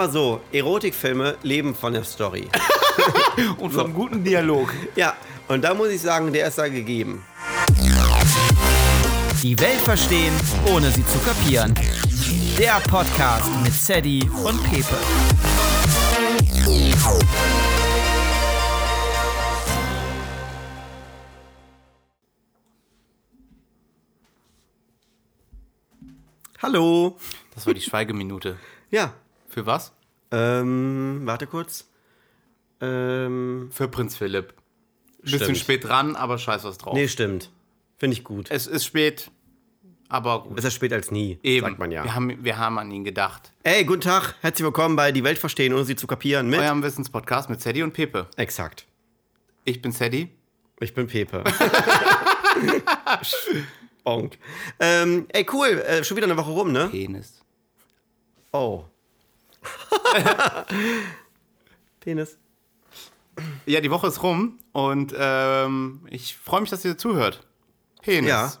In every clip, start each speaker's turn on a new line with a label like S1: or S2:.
S1: mal so, Erotikfilme leben von der Story.
S2: Und vom guten Dialog.
S1: ja, und da muss ich sagen, der ist da gegeben.
S3: Die Welt verstehen, ohne sie zu kapieren. Der Podcast mit Sadie und Pepe.
S1: Hallo.
S2: Das war die Schweigeminute.
S1: Ja,
S2: Für was?
S1: ähm, warte kurz. Ähm,
S2: Für Prinz Philipp. Bisschen
S1: Stimmt.
S2: spät dran, aber scheiß was drauf.
S1: nee, stimmt. Finde ich gut.
S2: Es ist spät, aber gut.
S1: Besser spät als nie,
S2: Eben.
S1: sagt man ja.
S2: Wir haben, wir haben an ihn gedacht.
S1: Ey, guten Tag, herzlich willkommen bei Die Welt verstehen, ohne sie zu kapieren mit...
S2: Eurem Wissenspodcast mit Sadie und Pepe.
S1: Exakt.
S2: Ich bin Sadie.
S1: Ich bin Pepe. Bonk. Ähm, ey, cool, äh, schon wieder eine Woche rum, ne?
S2: Penis.
S1: Oh. Penis.
S2: Ja, die Woche ist rum und ähm, ich freue mich, dass ihr zuhört. Penis.
S1: Ja.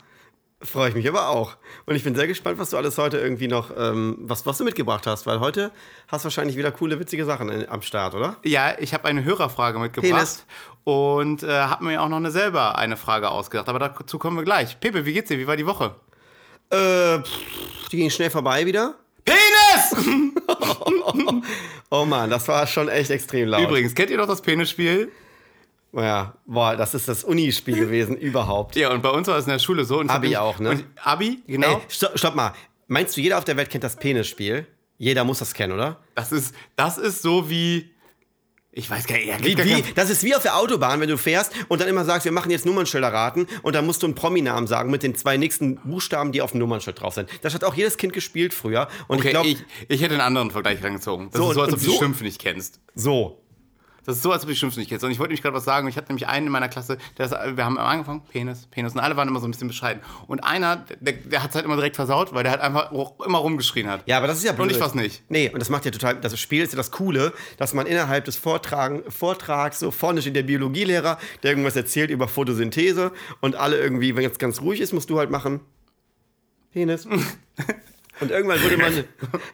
S1: Freue ich mich aber auch. Und ich bin sehr gespannt, was du alles heute irgendwie noch, ähm, was, was du mitgebracht hast, weil heute hast du wahrscheinlich wieder coole, witzige Sachen in, am Start, oder?
S2: Ja, ich habe eine Hörerfrage mitgebracht
S1: Penis.
S2: und äh, habe mir auch noch eine selber eine Frage ausgedacht, aber dazu kommen wir gleich. Pepe, wie geht's dir? Wie war die Woche?
S1: Äh, pff, die ging schnell vorbei wieder.
S2: Penis!
S1: Oh Mann, das war schon echt extrem laut.
S2: Übrigens, kennt ihr doch das Penisspiel?
S1: Ja, boah, das ist das Unispiel gewesen überhaupt.
S2: Ja, und bei uns war es in der Schule so. Und
S1: Abi
S2: ich-
S1: auch, ne?
S2: Und Abi, genau.
S1: Ey, stopp, stopp mal. Meinst du, jeder auf der Welt kennt das Penisspiel? Jeder muss das kennen, oder?
S2: Das, ist, das ist so wie. Ich weiß gar nicht. Ja,
S1: Wie,
S2: gar
S1: wie,
S2: kein-
S1: das ist wie auf der Autobahn, wenn du fährst und dann immer sagst, wir machen jetzt Nummernschilder raten und dann musst du einen Prominamen sagen mit den zwei nächsten Buchstaben, die auf dem Nummernschild drauf sind. Das hat auch jedes Kind gespielt früher und
S2: Okay,
S1: ich glaube,
S2: ich, ich hätte einen anderen Vergleich rangezogen. Das
S1: So,
S2: ist so, als
S1: und
S2: ob du die
S1: so-
S2: Schimpfe nicht kennst.
S1: so.
S2: Das ist so, als ob du die Schimpfe nicht kennst. Und ich wollte nämlich gerade was sagen. Ich hatte nämlich einen in meiner Klasse, der ist, wir haben angefangen, Penis, Penis. Und alle waren immer so ein bisschen bescheiden. Und einer, der, der hat es halt immer direkt versaut, weil der halt einfach auch immer rumgeschrien hat.
S1: Ja, aber das ist ja blöd.
S2: Und ich was nicht.
S1: Nee, und das macht ja total, das Spiel ist ja das Coole, dass man innerhalb des Vortragen, Vortrags, so vorne steht der Biologielehrer, der irgendwas erzählt über Photosynthese und alle irgendwie, wenn jetzt ganz ruhig ist, musst du halt machen, Penis. Und irgendwann wurde man,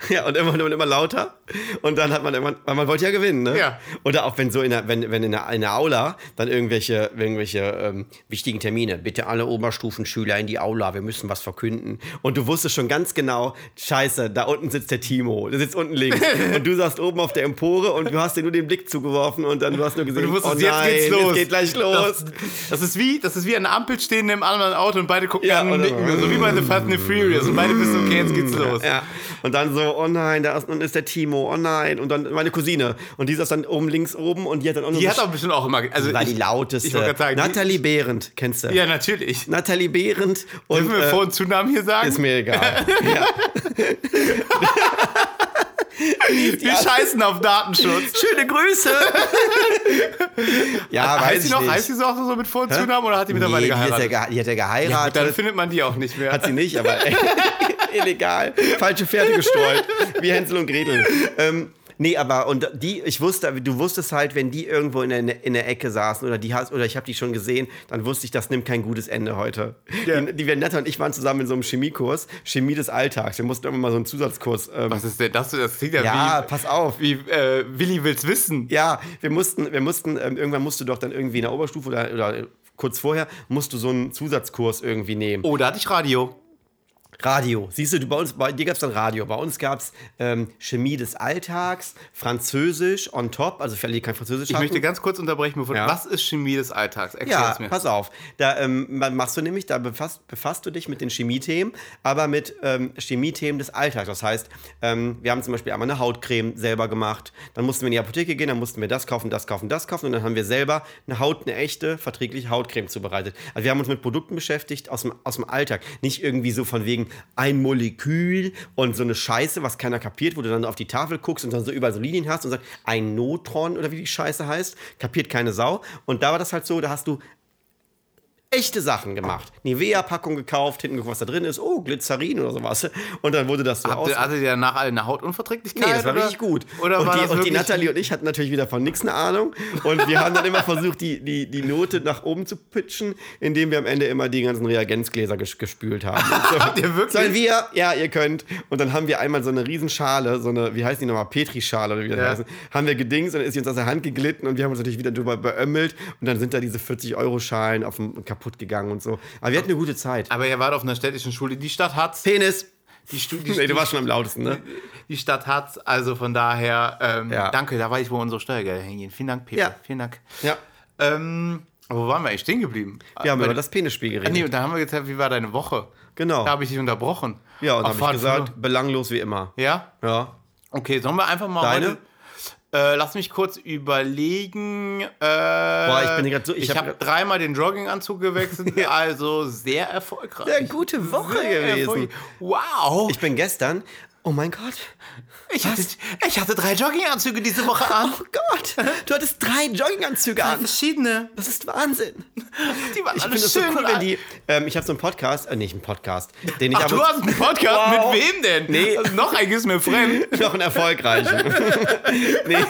S1: ja, und irgendwann wurde man immer lauter. Und dann hat man irgendwann, weil man wollte ja gewinnen, ne?
S2: Ja.
S1: Oder auch wenn so in der, wenn, wenn in der, in der Aula dann irgendwelche, irgendwelche ähm, wichtigen Termine, bitte alle Oberstufenschüler in die Aula, wir müssen was verkünden. Und du wusstest schon ganz genau, scheiße, da unten sitzt der Timo, der sitzt unten links. und du saßt oben auf der Empore und du hast dir nur den Blick zugeworfen und dann du hast nur gesehen,
S2: Du wusstest,
S1: oh
S2: jetzt
S1: nein,
S2: geht's los.
S1: es geht gleich los.
S2: Das, das, ist wie, das ist wie an der Ampel stehen im anderen Auto und beide gucken
S1: Ja,
S2: an und
S1: oder
S2: nicken. So wie bei The Fast and the Furious. Und beide wissen, okay, jetzt geht's los.
S1: Ja. Und dann so, oh nein, da ist, und ist der Timo, oh nein. Und dann meine Cousine. Und die saß dann oben links oben und die hat dann auch noch
S2: Die
S1: so
S2: hat auch bestimmt auch immer. ge- Also
S1: war
S2: ich-
S1: die lauteste.
S2: Ich wollte gerade sagen.
S1: Nathalie Behrendt, kennst du?
S2: Die, ja, natürlich.
S1: Nathalie Behrendt und
S2: Dürfen wir
S1: äh,
S2: Vor- und Zunamen hier sagen?
S1: ist mir egal. ja.
S2: wir scheißen auf Datenschutz.
S1: Schöne Grüße. ja,
S2: heißt
S1: weiß
S2: sie
S1: ich
S2: noch?
S1: nicht.
S2: Heißt sie so auch so mit Vor- und Zunamen oder hat die mittlerweile
S1: nee, die, hat ja
S2: geheiratet?
S1: gehe- die hat ja
S2: Ja,
S1: geheiratet.
S2: dann findet man die auch nicht mehr.
S1: hat sie nicht, aber illegal. Falsche Pferde gestreut. Wie Hänsel und Gretel. Ähm, nee, aber und die, ich wusste, du wusstest halt, wenn die irgendwo in der, in der Ecke saßen oder die hast, oder ich habe die schon gesehen, dann wusste ich, das nimmt kein gutes Ende heute. Die, die Vendetta und ich waren zusammen in so einem Chemiekurs, Chemie des Alltags. Wir mussten irgendwann mal so einen Zusatzkurs. Ähm,
S2: Was ist denn das? Das klingt ja,
S1: ja,
S2: wie,
S1: pass auf.
S2: wie äh, Willi will's wissen.
S1: Ja, wir mussten, wir mussten, ähm, irgendwann musst du doch dann irgendwie in der Oberstufe oder, oder kurz vorher, musst du so einen Zusatzkurs irgendwie nehmen.
S2: Oh, da hatte ich Radio.
S1: Radio. Siehst du, du bei uns, bei dir gab es dann Radio. Bei uns gab es ähm, Chemie des Alltags, Französisch on top, also für alle, die kein Französisch
S2: Ich
S1: hatten.
S2: möchte ganz kurz unterbrechen, bevor
S1: Ja.
S2: Was ist Chemie des Alltags? Erklär
S1: ja,
S2: es mir.
S1: pass auf. Da ähm, man- machst du nämlich, da befasst, befasst du dich mit den Chemiethemen, aber mit ähm, Chemiethemen des Alltags. Das heißt, ähm, wir haben zum Beispiel einmal eine Hautcreme selber gemacht. Dann mussten wir in die Apotheke gehen, dann mussten wir das kaufen, das kaufen, das kaufen und dann haben wir selber eine Haut, eine echte, verträgliche Hautcreme zubereitet. Also wir haben uns mit Produkten beschäftigt aus dem, aus dem Alltag. Nicht irgendwie so von wegen ein Molekül und so eine Scheiße, was keiner kapiert, wo du dann auf die Tafel guckst und dann so überall so Linien hast und sagst, ein Notron oder wie die Scheiße heißt, kapiert keine Sau. Und da war das halt so, da hast du echte Sachen gemacht. Nivea-Packung gekauft, hinten geguckt, was da drin ist. Oh, Glycerin oder sowas. Und dann wurde das so
S2: Habt
S1: aus.
S2: ihr, hattet ihr danach alle eine Hautunverträglichkeit?
S1: also, Nee, das war
S2: oder?
S1: richtig gut.
S2: Oder
S1: und
S2: war
S1: die,
S2: das
S1: und die
S2: wirklich-
S1: Nathalie und ich hatten natürlich wieder von nichts eine Ahnung. Und wir haben dann immer versucht, die, die, die Note nach oben zu pitchen, indem wir am Ende immer die ganzen Reagenzgläser ges gespült haben. So.
S2: Habt ihr wirklich?
S1: Sollen wir? Ja, ihr könnt. Und dann haben wir einmal so eine Riesenschale, so eine, wie heißt die nochmal, Petrischale oder wie das
S2: Ja.
S1: heißt, haben wir gedings und dann ist sie uns aus der Hand geglitten und wir haben uns natürlich wieder drüber beömmelt und dann sind da diese 40-Euro-Schalen auf dem, kaputt gegangen und so. Aber wir hatten eine gute Zeit.
S2: Aber ihr wart auf einer städtischen Schule. Die Stadt hat's.
S1: Penis!
S2: Die, Stu die,
S1: Nee, du warst schon am lautesten, ne?
S2: die Stadt hat's. Also von daher, ähm,
S1: Ja.
S2: danke, da weiß ich, wo unsere Steuergelder hingehen. Vielen Dank, Peter.
S1: Ja.
S2: Vielen Dank.
S1: Ja.
S2: Ähm, aber wo waren wir eigentlich stehen geblieben?
S1: Wir haben
S2: Bei-
S1: über das Penisspiel
S2: Ah,
S1: geredet.
S2: Nee, da haben wir gesagt, wie war deine Woche?
S1: Genau.
S2: Da habe ich dich unterbrochen.
S1: Ja, und
S2: Auf
S1: habe ich
S2: Fahrt
S1: gesagt, belanglos wie immer.
S2: Flo. Ja?
S1: Ja.
S2: Okay, sollen wir einfach mal
S1: Deine?
S2: heute... Äh, lass mich kurz überlegen. Äh, Boah,
S1: ich bin grad so- ich
S2: Ich,
S1: hab
S2: habe
S1: grad-
S2: dreimal den Jogginganzug gewechselt, also sehr erfolgreich.
S1: Eine gute Woche gewesen.
S2: Erfolg- Wow.
S1: Ich bin gestern, oh mein Gott,
S2: Ich hatte, ich hatte drei Jogginganzüge diese Woche an.
S1: oh Gott, du hattest drei Jogginganzüge an.
S2: Verschiedene.
S1: Das ist Wahnsinn.
S2: Die waren
S1: Ich
S2: alle
S1: finde das so
S2: schön.
S1: cool, wenn die. Ähm, ich habe so einen Podcast, äh, nicht einen Podcast, den ich
S2: Ach,
S1: aber.
S2: du hast einen Podcast?
S1: Wow.
S2: Mit wem denn?
S1: Nee.
S2: Also noch ein ist mir fremd.
S1: noch einen erfolgreichen. nee,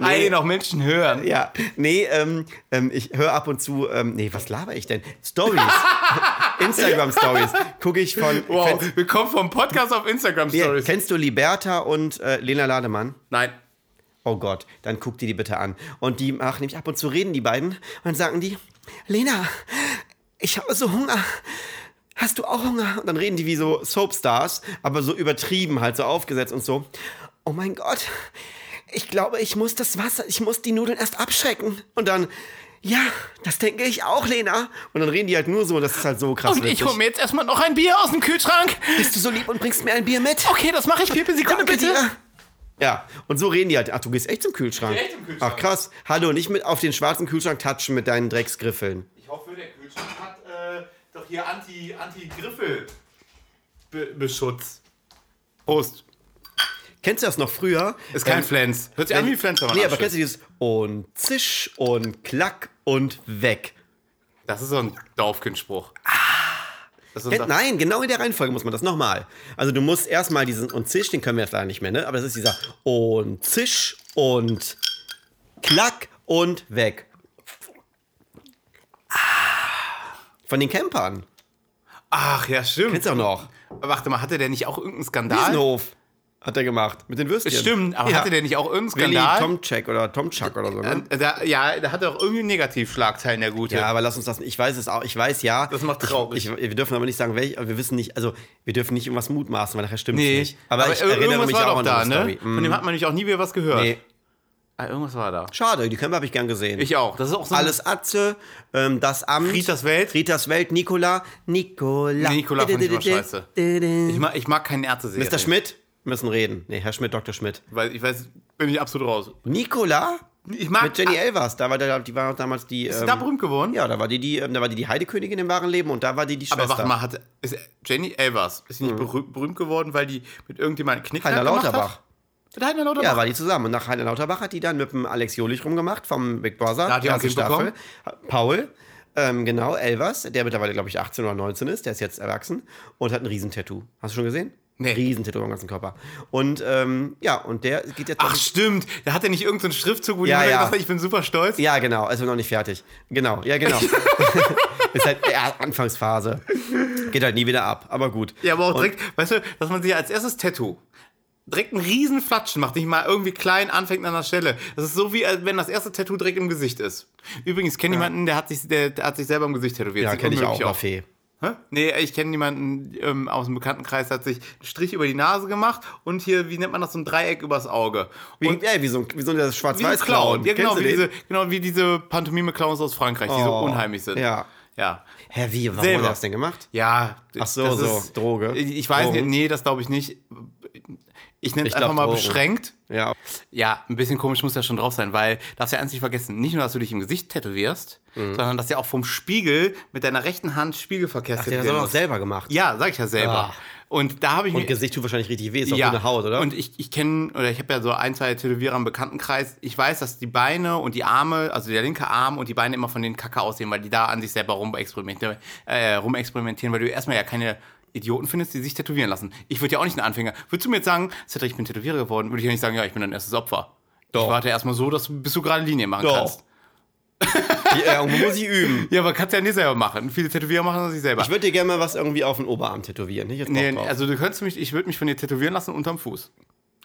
S2: Ei, noch Menschen hören.
S1: ja, nee, ähm, ähm, ich höre ab und zu, ähm, nee, was laber ich denn? Stories. Instagram-Stories. Gucke ich von.
S2: Wow,
S1: Kennst,
S2: wir kommen vom Podcast auf Instagram
S1: hier,
S2: Stories.
S1: kennst du Liberta und äh, Lena Lademann?
S2: Nein.
S1: Oh Gott, dann guck dir die bitte an. Und die machen nämlich ab und zu reden, die beiden. Und dann sagen die, Lena, ich habe so Hunger. Hast du auch Hunger? Und dann reden die wie so Soapstars, aber so übertrieben, halt so aufgesetzt und so. Oh mein Gott, ich glaube, ich muss das Wasser, ich muss die Nudeln erst abschrecken. Und dann, ja, das denke ich auch, Lena. Und dann reden die halt nur so, das ist halt so krass.
S2: Und ich
S1: witzig.
S2: hole mir jetzt erstmal noch ein Bier aus dem Kühlschrank.
S1: Bist du so lieb und bringst mir ein Bier mit?
S2: Okay, das mache ich. Pippe, Sekunde
S1: Danke
S2: bitte.
S1: dir. Ja, und so reden die halt. Ach, du gehst echt zum Kühlschrank.
S2: Echt zum Kühlschrank.
S1: Ach, krass. Hallo, nicht mit auf den schwarzen Kühlschrank touchen mit deinen Drecksgriffeln.
S2: Ich hoffe, der Kühlschrank hat äh, doch hier Anti- Anti-Griffel-Beschutz. Prost.
S1: Kennst du das noch früher?
S2: Ist kein
S1: Ähm,
S2: Flens. Hört sich an wie Flens, wenn man
S1: Nee, aber
S2: abschüttet.
S1: kennst du dieses und zisch und klack und weg?
S2: Das ist so ein Dorfkindspruch. Das ist
S1: Ah. Kennt- Nein, genau in der Reihenfolge muss man das nochmal. Also du musst erstmal diesen und zisch, den können wir jetzt leider nicht mehr, ne? Aber das ist dieser und zisch und klack und weg. Ah. Von den Campern.
S2: Ach ja, stimmt.
S1: Kennst du auch noch?
S2: Aber Warte mal, hatte der nicht auch irgendeinen Skandal?
S1: Wiesenhof hat er gemacht mit den Würstchen.
S2: Stimmt, aber
S1: ja.
S2: hatte der nicht auch irgendeinen
S1: Willi
S2: Skandal?
S1: Tomczak oder Tomczak oder so, ne?
S2: Äh, da, ja, da hatte auch irgendwie Negativschlagzeilen, der Gute.
S1: Ja, aber lass uns das. Ich weiß es auch. Ich weiß ja.
S2: Das macht traurig.
S1: Ich, ich, wir dürfen aber nicht sagen, welch. aber Wir wissen nicht. Also wir dürfen nicht irgendwas mutmaßen, weil nachher stimmt es
S2: nee.
S1: nicht. Aber, ich
S2: ir-
S1: erinnere
S2: irgendwas
S1: mich
S2: war
S1: auch
S2: doch
S1: an
S2: da,
S1: die
S2: ne?
S1: Story. Mm.
S2: Von dem hat man nämlich auch nie wieder was gehört.
S1: Nee.
S2: Ah, irgendwas war da.
S1: Schade, die Kämpfe habe ich gern gesehen.
S2: Ich auch. Das ist auch so
S1: Alles Atze, ähm, das Amt,
S2: Rieters Welt.
S1: Rieters Welt, Nicola, Nicola.
S2: Nee, Nicola fand ich immer scheiße. Ich mag, ich mag keinen Ärzte
S1: Mr. Schmidt, müssen reden. Nee, Herr Schmidt, Dr. Schmidt.
S2: Weil ich weiß, bin ich absolut raus.
S1: Nicola?
S2: Ich mag.
S1: Mit Jenny Elvers, da war der, die war auch damals die.
S2: Ah, ist
S1: ähm,
S2: da berühmt geworden?
S1: Ja, da war die, die, ähm, da war die, die Heidekönigin im wahren Leben und da war die die Schwester.
S2: Aber warte mal, hat, ist Jenny Elvers, ist sie nicht berüh- berühmt geworden, weil die mit irgendjemandem Knick
S1: Mhm. Heiner
S2: gemacht
S1: Lauterbach.
S2: Hat? Mit Heiner Lauterbach.
S1: Ja, war die zusammen. Und nach Heiner Lauterbach hat die dann mit dem Alex Jolich rumgemacht vom Big Brother.
S2: Da hat die auch ein
S1: erste
S2: Kind bekommen?
S1: Paul, ähm, genau, Elvers, der mittlerweile, glaube ich, 18 oder 19 ist, der ist jetzt erwachsen und hat ein Riesentattoo. Hast du schon gesehen?
S2: Nee.
S1: Riesentattoo am ganzen Körper. Und ähm, ja, und der geht jetzt.
S2: Ach stimmt, da hat er nicht irgendeinen Schriftzug, wo
S1: Ja,
S2: die Mutter
S1: ja.
S2: gesagt hat, ich bin super stolz.
S1: ja, genau, also noch nicht fertig. Genau, ja, genau. ist halt ja, Anfangsphase. Geht halt nie wieder ab, aber gut.
S2: Ja, aber auch direkt, weißt du, dass man sich als erstes Tattoo direkt einen riesen Flatschen macht, nicht mal irgendwie klein anfängt an der Stelle. Das ist so wie, als wenn das erste Tattoo direkt im Gesicht ist. Übrigens, kenne jemanden, der hat, sich, der, der hat sich selber im Gesicht tätowiert.
S1: Ja,
S2: Sieht
S1: kenne ich auch,
S2: unmöglich
S1: auch.
S2: aus.
S1: Fee.
S2: Hä? Nee, ich kenne jemanden ähm, aus dem Bekanntenkreis, der hat sich einen Strich über die Nase gemacht und hier, wie nennt man das, so ein Dreieck übers Auge.
S1: Wie,
S2: und
S1: ey, wie so ein, wie so ein
S2: wie ein
S1: Schwarz-Weiß-Clown.
S2: Clown. Ja, genau,
S1: Kennst
S2: wie
S1: du den?
S2: diese, genau wie diese Pantomime-Clowns aus Frankreich, die so
S1: Oh,
S2: unheimlich sind.
S1: ja.
S2: Ja.
S1: Hä, wie? Warum
S2: Selber.
S1: hat er das denn gemacht?
S2: Ja.
S1: Ach so,
S2: das
S1: so, Droge.
S2: Ich ich weiß
S1: Drogen.
S2: nicht, nee, das glaube ich nicht. Ich nenne es
S1: Ich
S2: einfach
S1: glaub,
S2: mal
S1: Drogen.
S2: beschränkt.
S1: Ja.
S2: Ja, ein bisschen komisch muss ja schon drauf sein, weil darfst ja eins nicht vergessen, nicht nur, dass du dich im Gesicht tätowierst,
S1: Mhm.
S2: sondern dass ja auch vom Spiegel mit deiner rechten Hand Spiegelverkehr
S1: Der hat das auch noch selber gemacht.
S2: Ja, sag ich ja selber.
S1: Ah.
S2: Und da habe ich
S1: Und
S2: mir-
S1: Gesicht tut wahrscheinlich richtig weh, ist auch ja. eine Haut, oder?
S2: Und ich, ich kenne, oder ich habe ja so ein, zwei Tätowierer im Bekanntenkreis. Ich weiß, dass die Beine und die Arme, also der linke Arm und die Beine immer von den Kacke aussehen, weil die da an sich selber rumexperimentieren, äh, rumexperimentieren weil du erstmal ja keine Idioten findest, die sich tätowieren lassen. Ich würde ja auch nicht ein Anfänger. Würdest du mir jetzt sagen, Cedric, ich bin Tätowierer geworden, würde ich ja nicht sagen, ja, ich bin dein erstes Opfer.
S1: Doch.
S2: Ich warte erstmal so, dass, bis du gerade Linien machen
S1: Doch.
S2: kannst.
S1: ja, irgendwo muss ich üben.
S2: Ja, aber kannst ja nicht selber machen. Viele Tätowierer machen das sich selber.
S1: Ich würde dir gerne mal was irgendwie auf den Oberarm tätowieren. Ich hab jetzt Bock
S2: nee,
S1: drauf.
S2: also du könntest mich, ich würde mich von dir tätowieren lassen unterm Fuß.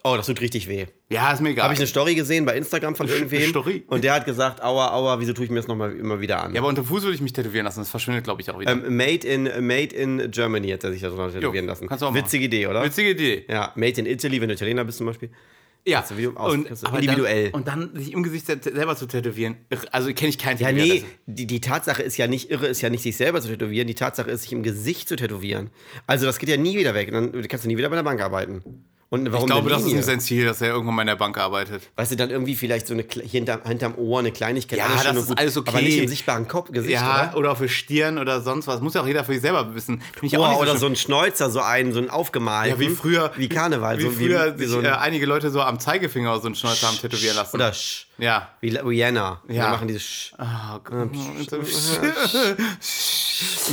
S1: oh, das tut richtig weh.
S2: Ja, ist mir egal.
S1: Habe ich eine Story gesehen bei Instagram von irgendwem.
S2: Story?
S1: Und der hat gesagt, aua, aua, wieso tue ich mir das nochmal immer wieder an?
S2: Ja, aber unter Fuß würde ich mich tätowieren lassen. Das verschwindet, glaube ich, auch wieder.
S1: Ähm, made, in, made in Germany hat er sich da drunter tätowieren lassen.
S2: kannst du auch machen.
S1: Witzige Idee, oder?
S2: Witzige Idee.
S1: Ja, Made in Italy, wenn du Italiener bist zum Beispiel.
S2: Ja.
S1: Also du Video aus-
S2: und,
S1: kannst du
S2: aber
S1: individuell.
S2: Dann, und dann sich im Gesicht se- selber zu tätowieren. Also kenne ich keinen
S1: Ja, Ah,
S2: Tätowierer,
S1: nee, die, die Tatsache ist ja nicht, irre ist ja nicht, sich selber zu tätowieren, die Tatsache ist, sich im Gesicht zu tätowieren. Also das geht ja nie wieder weg. Und Dann kannst du nie wieder bei der Bank arbeiten. Und warum
S2: Ich glaube,
S1: eine
S2: das ist
S1: Linie?
S2: nicht sein Ziel, dass er irgendwann mal in der Bank arbeitet.
S1: Weißt du, dann irgendwie vielleicht so eine Kle- hinterm, hinterm Ohr eine Kleinigkeit.
S2: Ja,
S1: alles schön
S2: das
S1: und
S2: ist alles okay.
S1: Aber nicht im sichtbaren Kopf, Gesicht,
S2: ja,
S1: oder?
S2: oder? für Stirn oder sonst was. Muss ja auch jeder für sich selber wissen. Finde ich
S1: Ohr
S2: nicht
S1: oder
S2: schlimm.
S1: so ein Schnäuzer, so einen, so einen aufgemalten.
S2: Ja, wie früher.
S1: Wie Karneval.
S2: Wie
S1: so
S2: früher
S1: wie,
S2: sich
S1: so ein
S2: äh, einige Leute so am Zeigefinger so einen Schnäuzer haben tätowieren lassen.
S1: Oder Sch.
S2: ja.
S1: Wie La- Rihanna. Ja.
S2: Ja.
S1: Wir machen diese Sch.
S2: Oh, Gott.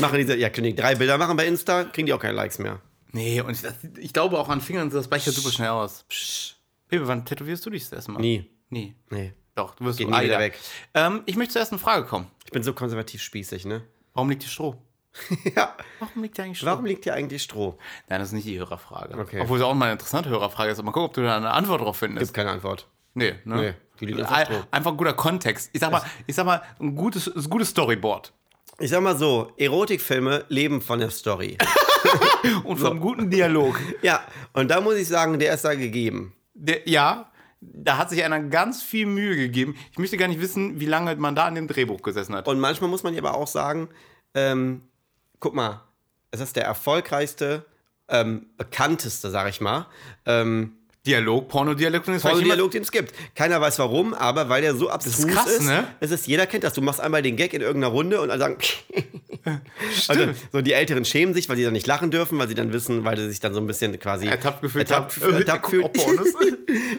S1: Machen diese, ja, können die drei Bilder machen bei Insta, kriegen die auch keine Likes mehr.
S2: nee, und ich, das, ich glaube auch an Fingern, das weicht ja super schnell aus. Psch. Baby, wann tätowierst du dich das erste Mal?
S1: Nie.
S2: Nie.
S1: Nee.
S2: Doch, du wirst
S1: Geht
S2: so-
S1: nie
S2: ah,
S1: wieder
S2: ja.
S1: weg.
S2: Ähm, ich möchte zur ersten Frage kommen.
S1: Ich bin so konservativ spießig, ne?
S2: Warum liegt hier Stroh?
S1: Ja.
S2: Warum liegt hier eigentlich Stroh?
S1: Warum liegt hier eigentlich Stroh?
S2: Nein, das ist nicht die Hörerfrage.
S1: Okay.
S2: Obwohl es auch mal eine interessante Hörerfrage ist. Aber mal gucken, ob du da eine Antwort drauf findest.
S1: Gibt keine Antwort.
S2: nee, ne?
S1: Nee, die liegt einfach
S2: Ein-
S1: Stroh.
S2: Einfach ein guter Kontext. Ich sag mal, ich sag mal ein gutes, ein gutes Storyboard.
S1: Ich sag mal so, Erotikfilme leben von der Story.
S2: Und vom guten Dialog.
S1: ja, und da muss ich sagen, der ist da gegeben.
S2: Der, ja, da hat sich einer ganz viel Mühe gegeben. Ich möchte gar nicht wissen, wie lange man da an dem Drehbuch gesessen hat.
S1: Und manchmal muss man ja aber auch sagen, ähm, guck mal, es ist der erfolgreichste, ähm, bekannteste, sag ich mal, ähm,
S2: Dialog, Pornodialog. und jetzt vielleicht jemand-
S1: Dialog, den es gibt. Keiner weiß warum, aber weil der so abstrus ist,
S2: krass, ne?
S1: es ist, jeder kennt das. Du machst einmal den Gag in irgendeiner Runde und alle sagen, also, so die Älteren schämen sich, weil sie dann nicht lachen dürfen, weil sie dann wissen, weil sie sich dann so ein bisschen quasi
S2: Ertappt gefühlt.
S1: ertappt,
S2: haben.
S1: ertappt
S2: Guck,
S1: fühlen.
S2: ob Pornos.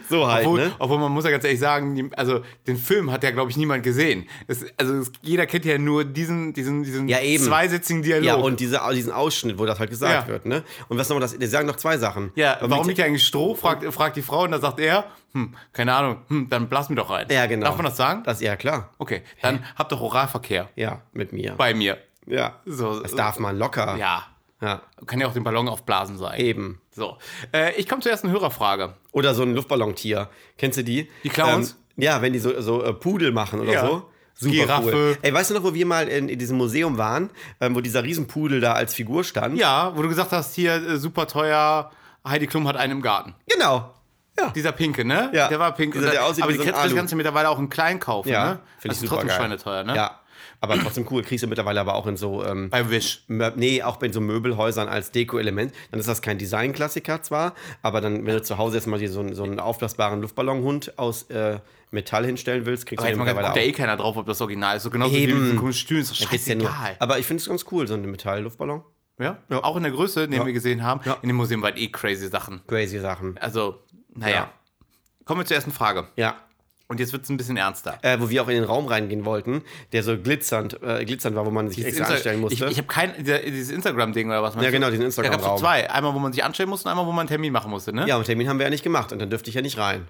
S1: So halt,
S2: Obwohl,
S1: ne?
S2: obwohl man muss ja ganz ehrlich sagen, die- also den Film hat ja, glaube ich, niemand gesehen. Es, also es, jeder kennt ja nur diesen, diesen, diesen
S1: Ja, eben.
S2: zweisätzigen Dialog.
S1: Ja, und diese, diesen Ausschnitt, wo das halt gesagt
S2: Ja.
S1: wird, ne? Und was nochmal das, die sagen noch zwei Sachen.
S2: Ja, warum liegt
S1: liegt
S2: hier eigentlich Stroh? Fragt, fragt die Frau und dann sagt er, hm, keine Ahnung, hm, dann blass mir doch rein.
S1: Ja, genau.
S2: Darf man das sagen?
S1: Das, ja, klar.
S2: Okay, dann habt doch Oralverkehr
S1: Ja, mit mir.
S2: bei mir.
S1: ja.
S2: So,
S1: Das darf man locker.
S2: Ja,
S1: Ja,
S2: kann ja auch den Ballon aufblasen sein.
S1: eben.
S2: So, äh, ich komme zur ersten Hörerfrage.
S1: Oder so ein Luftballontier. Kennst du die? Ähm,
S2: Die Clowns?
S1: ja, wenn die so, so äh, Pudel machen oder
S2: Ja.
S1: so. Super
S2: Giraffe.
S1: cool. Ey, weißt du noch, wo wir mal in, in diesem Museum waren, ähm, wo dieser Riesenpudel da als Figur stand?
S2: Ja, wo du gesagt hast, hier äh, super teuer, Heidi Klum hat einen im Garten.
S1: Genau. Ja.
S2: Dieser pinke, ne?
S1: Ja.
S2: Der war pink.
S1: Dieser,
S2: Und
S1: der
S2: dann-
S1: aussieht
S2: aber
S1: wie
S2: die
S1: so ein
S2: kannst, das
S1: Alu.
S2: kannst du mittlerweile auch in klein kaufen,
S1: ja.
S2: ne? das ist trotzdem
S1: supergeil.
S2: schweineteuer, ne?
S1: Ja. Aber trotzdem cool. Kriegst du mittlerweile aber auch in so. Ähm,
S2: Bei Wish.
S1: Mö- Nee, auch bei so Möbelhäusern als Deko-Element, dann ist das kein Design-Klassiker zwar, aber dann, wenn du zu Hause jetzt mal dir so, einen- so einen aufblasbaren Luftballonhund aus äh, Metall hinstellen willst, kriegst
S2: Da
S1: du den
S2: jetzt mal ganz-
S1: mittlerweile
S2: guckt ja eh
S1: auch.
S2: keiner drauf, ob das Original ist. So genauso wie
S1: genau. Eben.
S2: mit so komischen Stühlen. Ist doch
S1: Da geht's ja nur.
S2: scheißegal.
S1: Aber ich finde es ganz cool, so einen Metall-Luftballon.
S2: Ja? Auch in der Größe, den wir gesehen haben.
S1: Ja.
S2: In dem Museum waren eh crazy Sachen.
S1: Crazy Sachen.
S2: Also, naja.
S1: Ja.
S2: Kommen wir zur ersten Frage.
S1: Ja.
S2: Und jetzt wird es ein bisschen ernster.
S1: Äh, wo wir auch in den Raum reingehen wollten, der so glitzernd, äh, glitzernd war, wo man sich extra
S2: Insta-
S1: anstellen musste.
S2: Ich, ich habe kein, dieser- dieses Instagram-Ding oder was meinst
S1: ja,
S2: du?
S1: genau, diesen
S2: Da gab es
S1: Instagram-Raum.
S2: zwei. Einmal, wo man sich anstellen musste und einmal, wo man einen Termin machen musste, ne?
S1: Ja, und Termin haben wir ja nicht gemacht und dann dürfte ich ja nicht rein.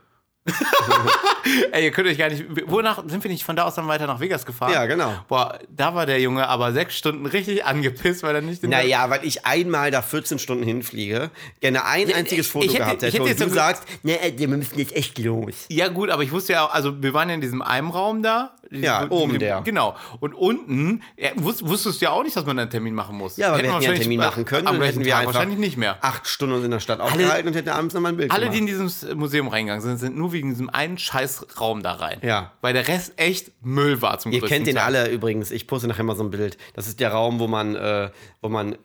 S2: Ey, ihr könnt euch gar nicht. Wonach sind wir nicht von da aus dann weiter nach Vegas gefahren?
S1: Ja, genau.
S2: Boah, da war der Junge aber sechs Stunden richtig angepisst, weil er nicht den.
S1: Naja, weil ich einmal da 14 Stunden hinfliege, gerne ein einziges
S2: ich
S1: Foto
S2: hätte-
S1: gehabt hätte
S2: ich hätte
S1: und
S2: jetzt
S1: du
S2: so ge-
S1: sagst, ne, äh, wir müssen jetzt echt los.
S2: Ja, gut, aber ich wusste ja auch, also wir waren ja in diesem einen Raum da.
S1: Ja,
S2: Wo-
S1: oben
S2: mit dem-
S1: der.
S2: Genau. Und unten ja, wusst, wusstest du ja auch nicht, dass man einen Termin machen muss.
S1: Ja, aber wir hätten ja einen
S2: wahrscheinlich-
S1: Termin machen können
S2: Am
S1: und
S2: nächsten
S1: hätten wir
S2: Tag
S1: einfach- Ah,
S2: wahrscheinlich nicht mehr.
S1: Acht Stunden uns in der Stadt aufgehalten und hätten abends nochmal ein Bild
S2: Alle, die
S1: gemacht.
S2: in dieses Museum reingegangen sind, sind nur wegen diesem einen scheiß Raum da rein.
S1: Ja.
S2: Weil der Rest echt Müll war zum
S1: Ihr
S2: größten
S1: kennt den
S2: Teil.
S1: alle übrigens. Ich poste nachher mal so ein Bild. Das ist der Raum, wo man, äh, wo man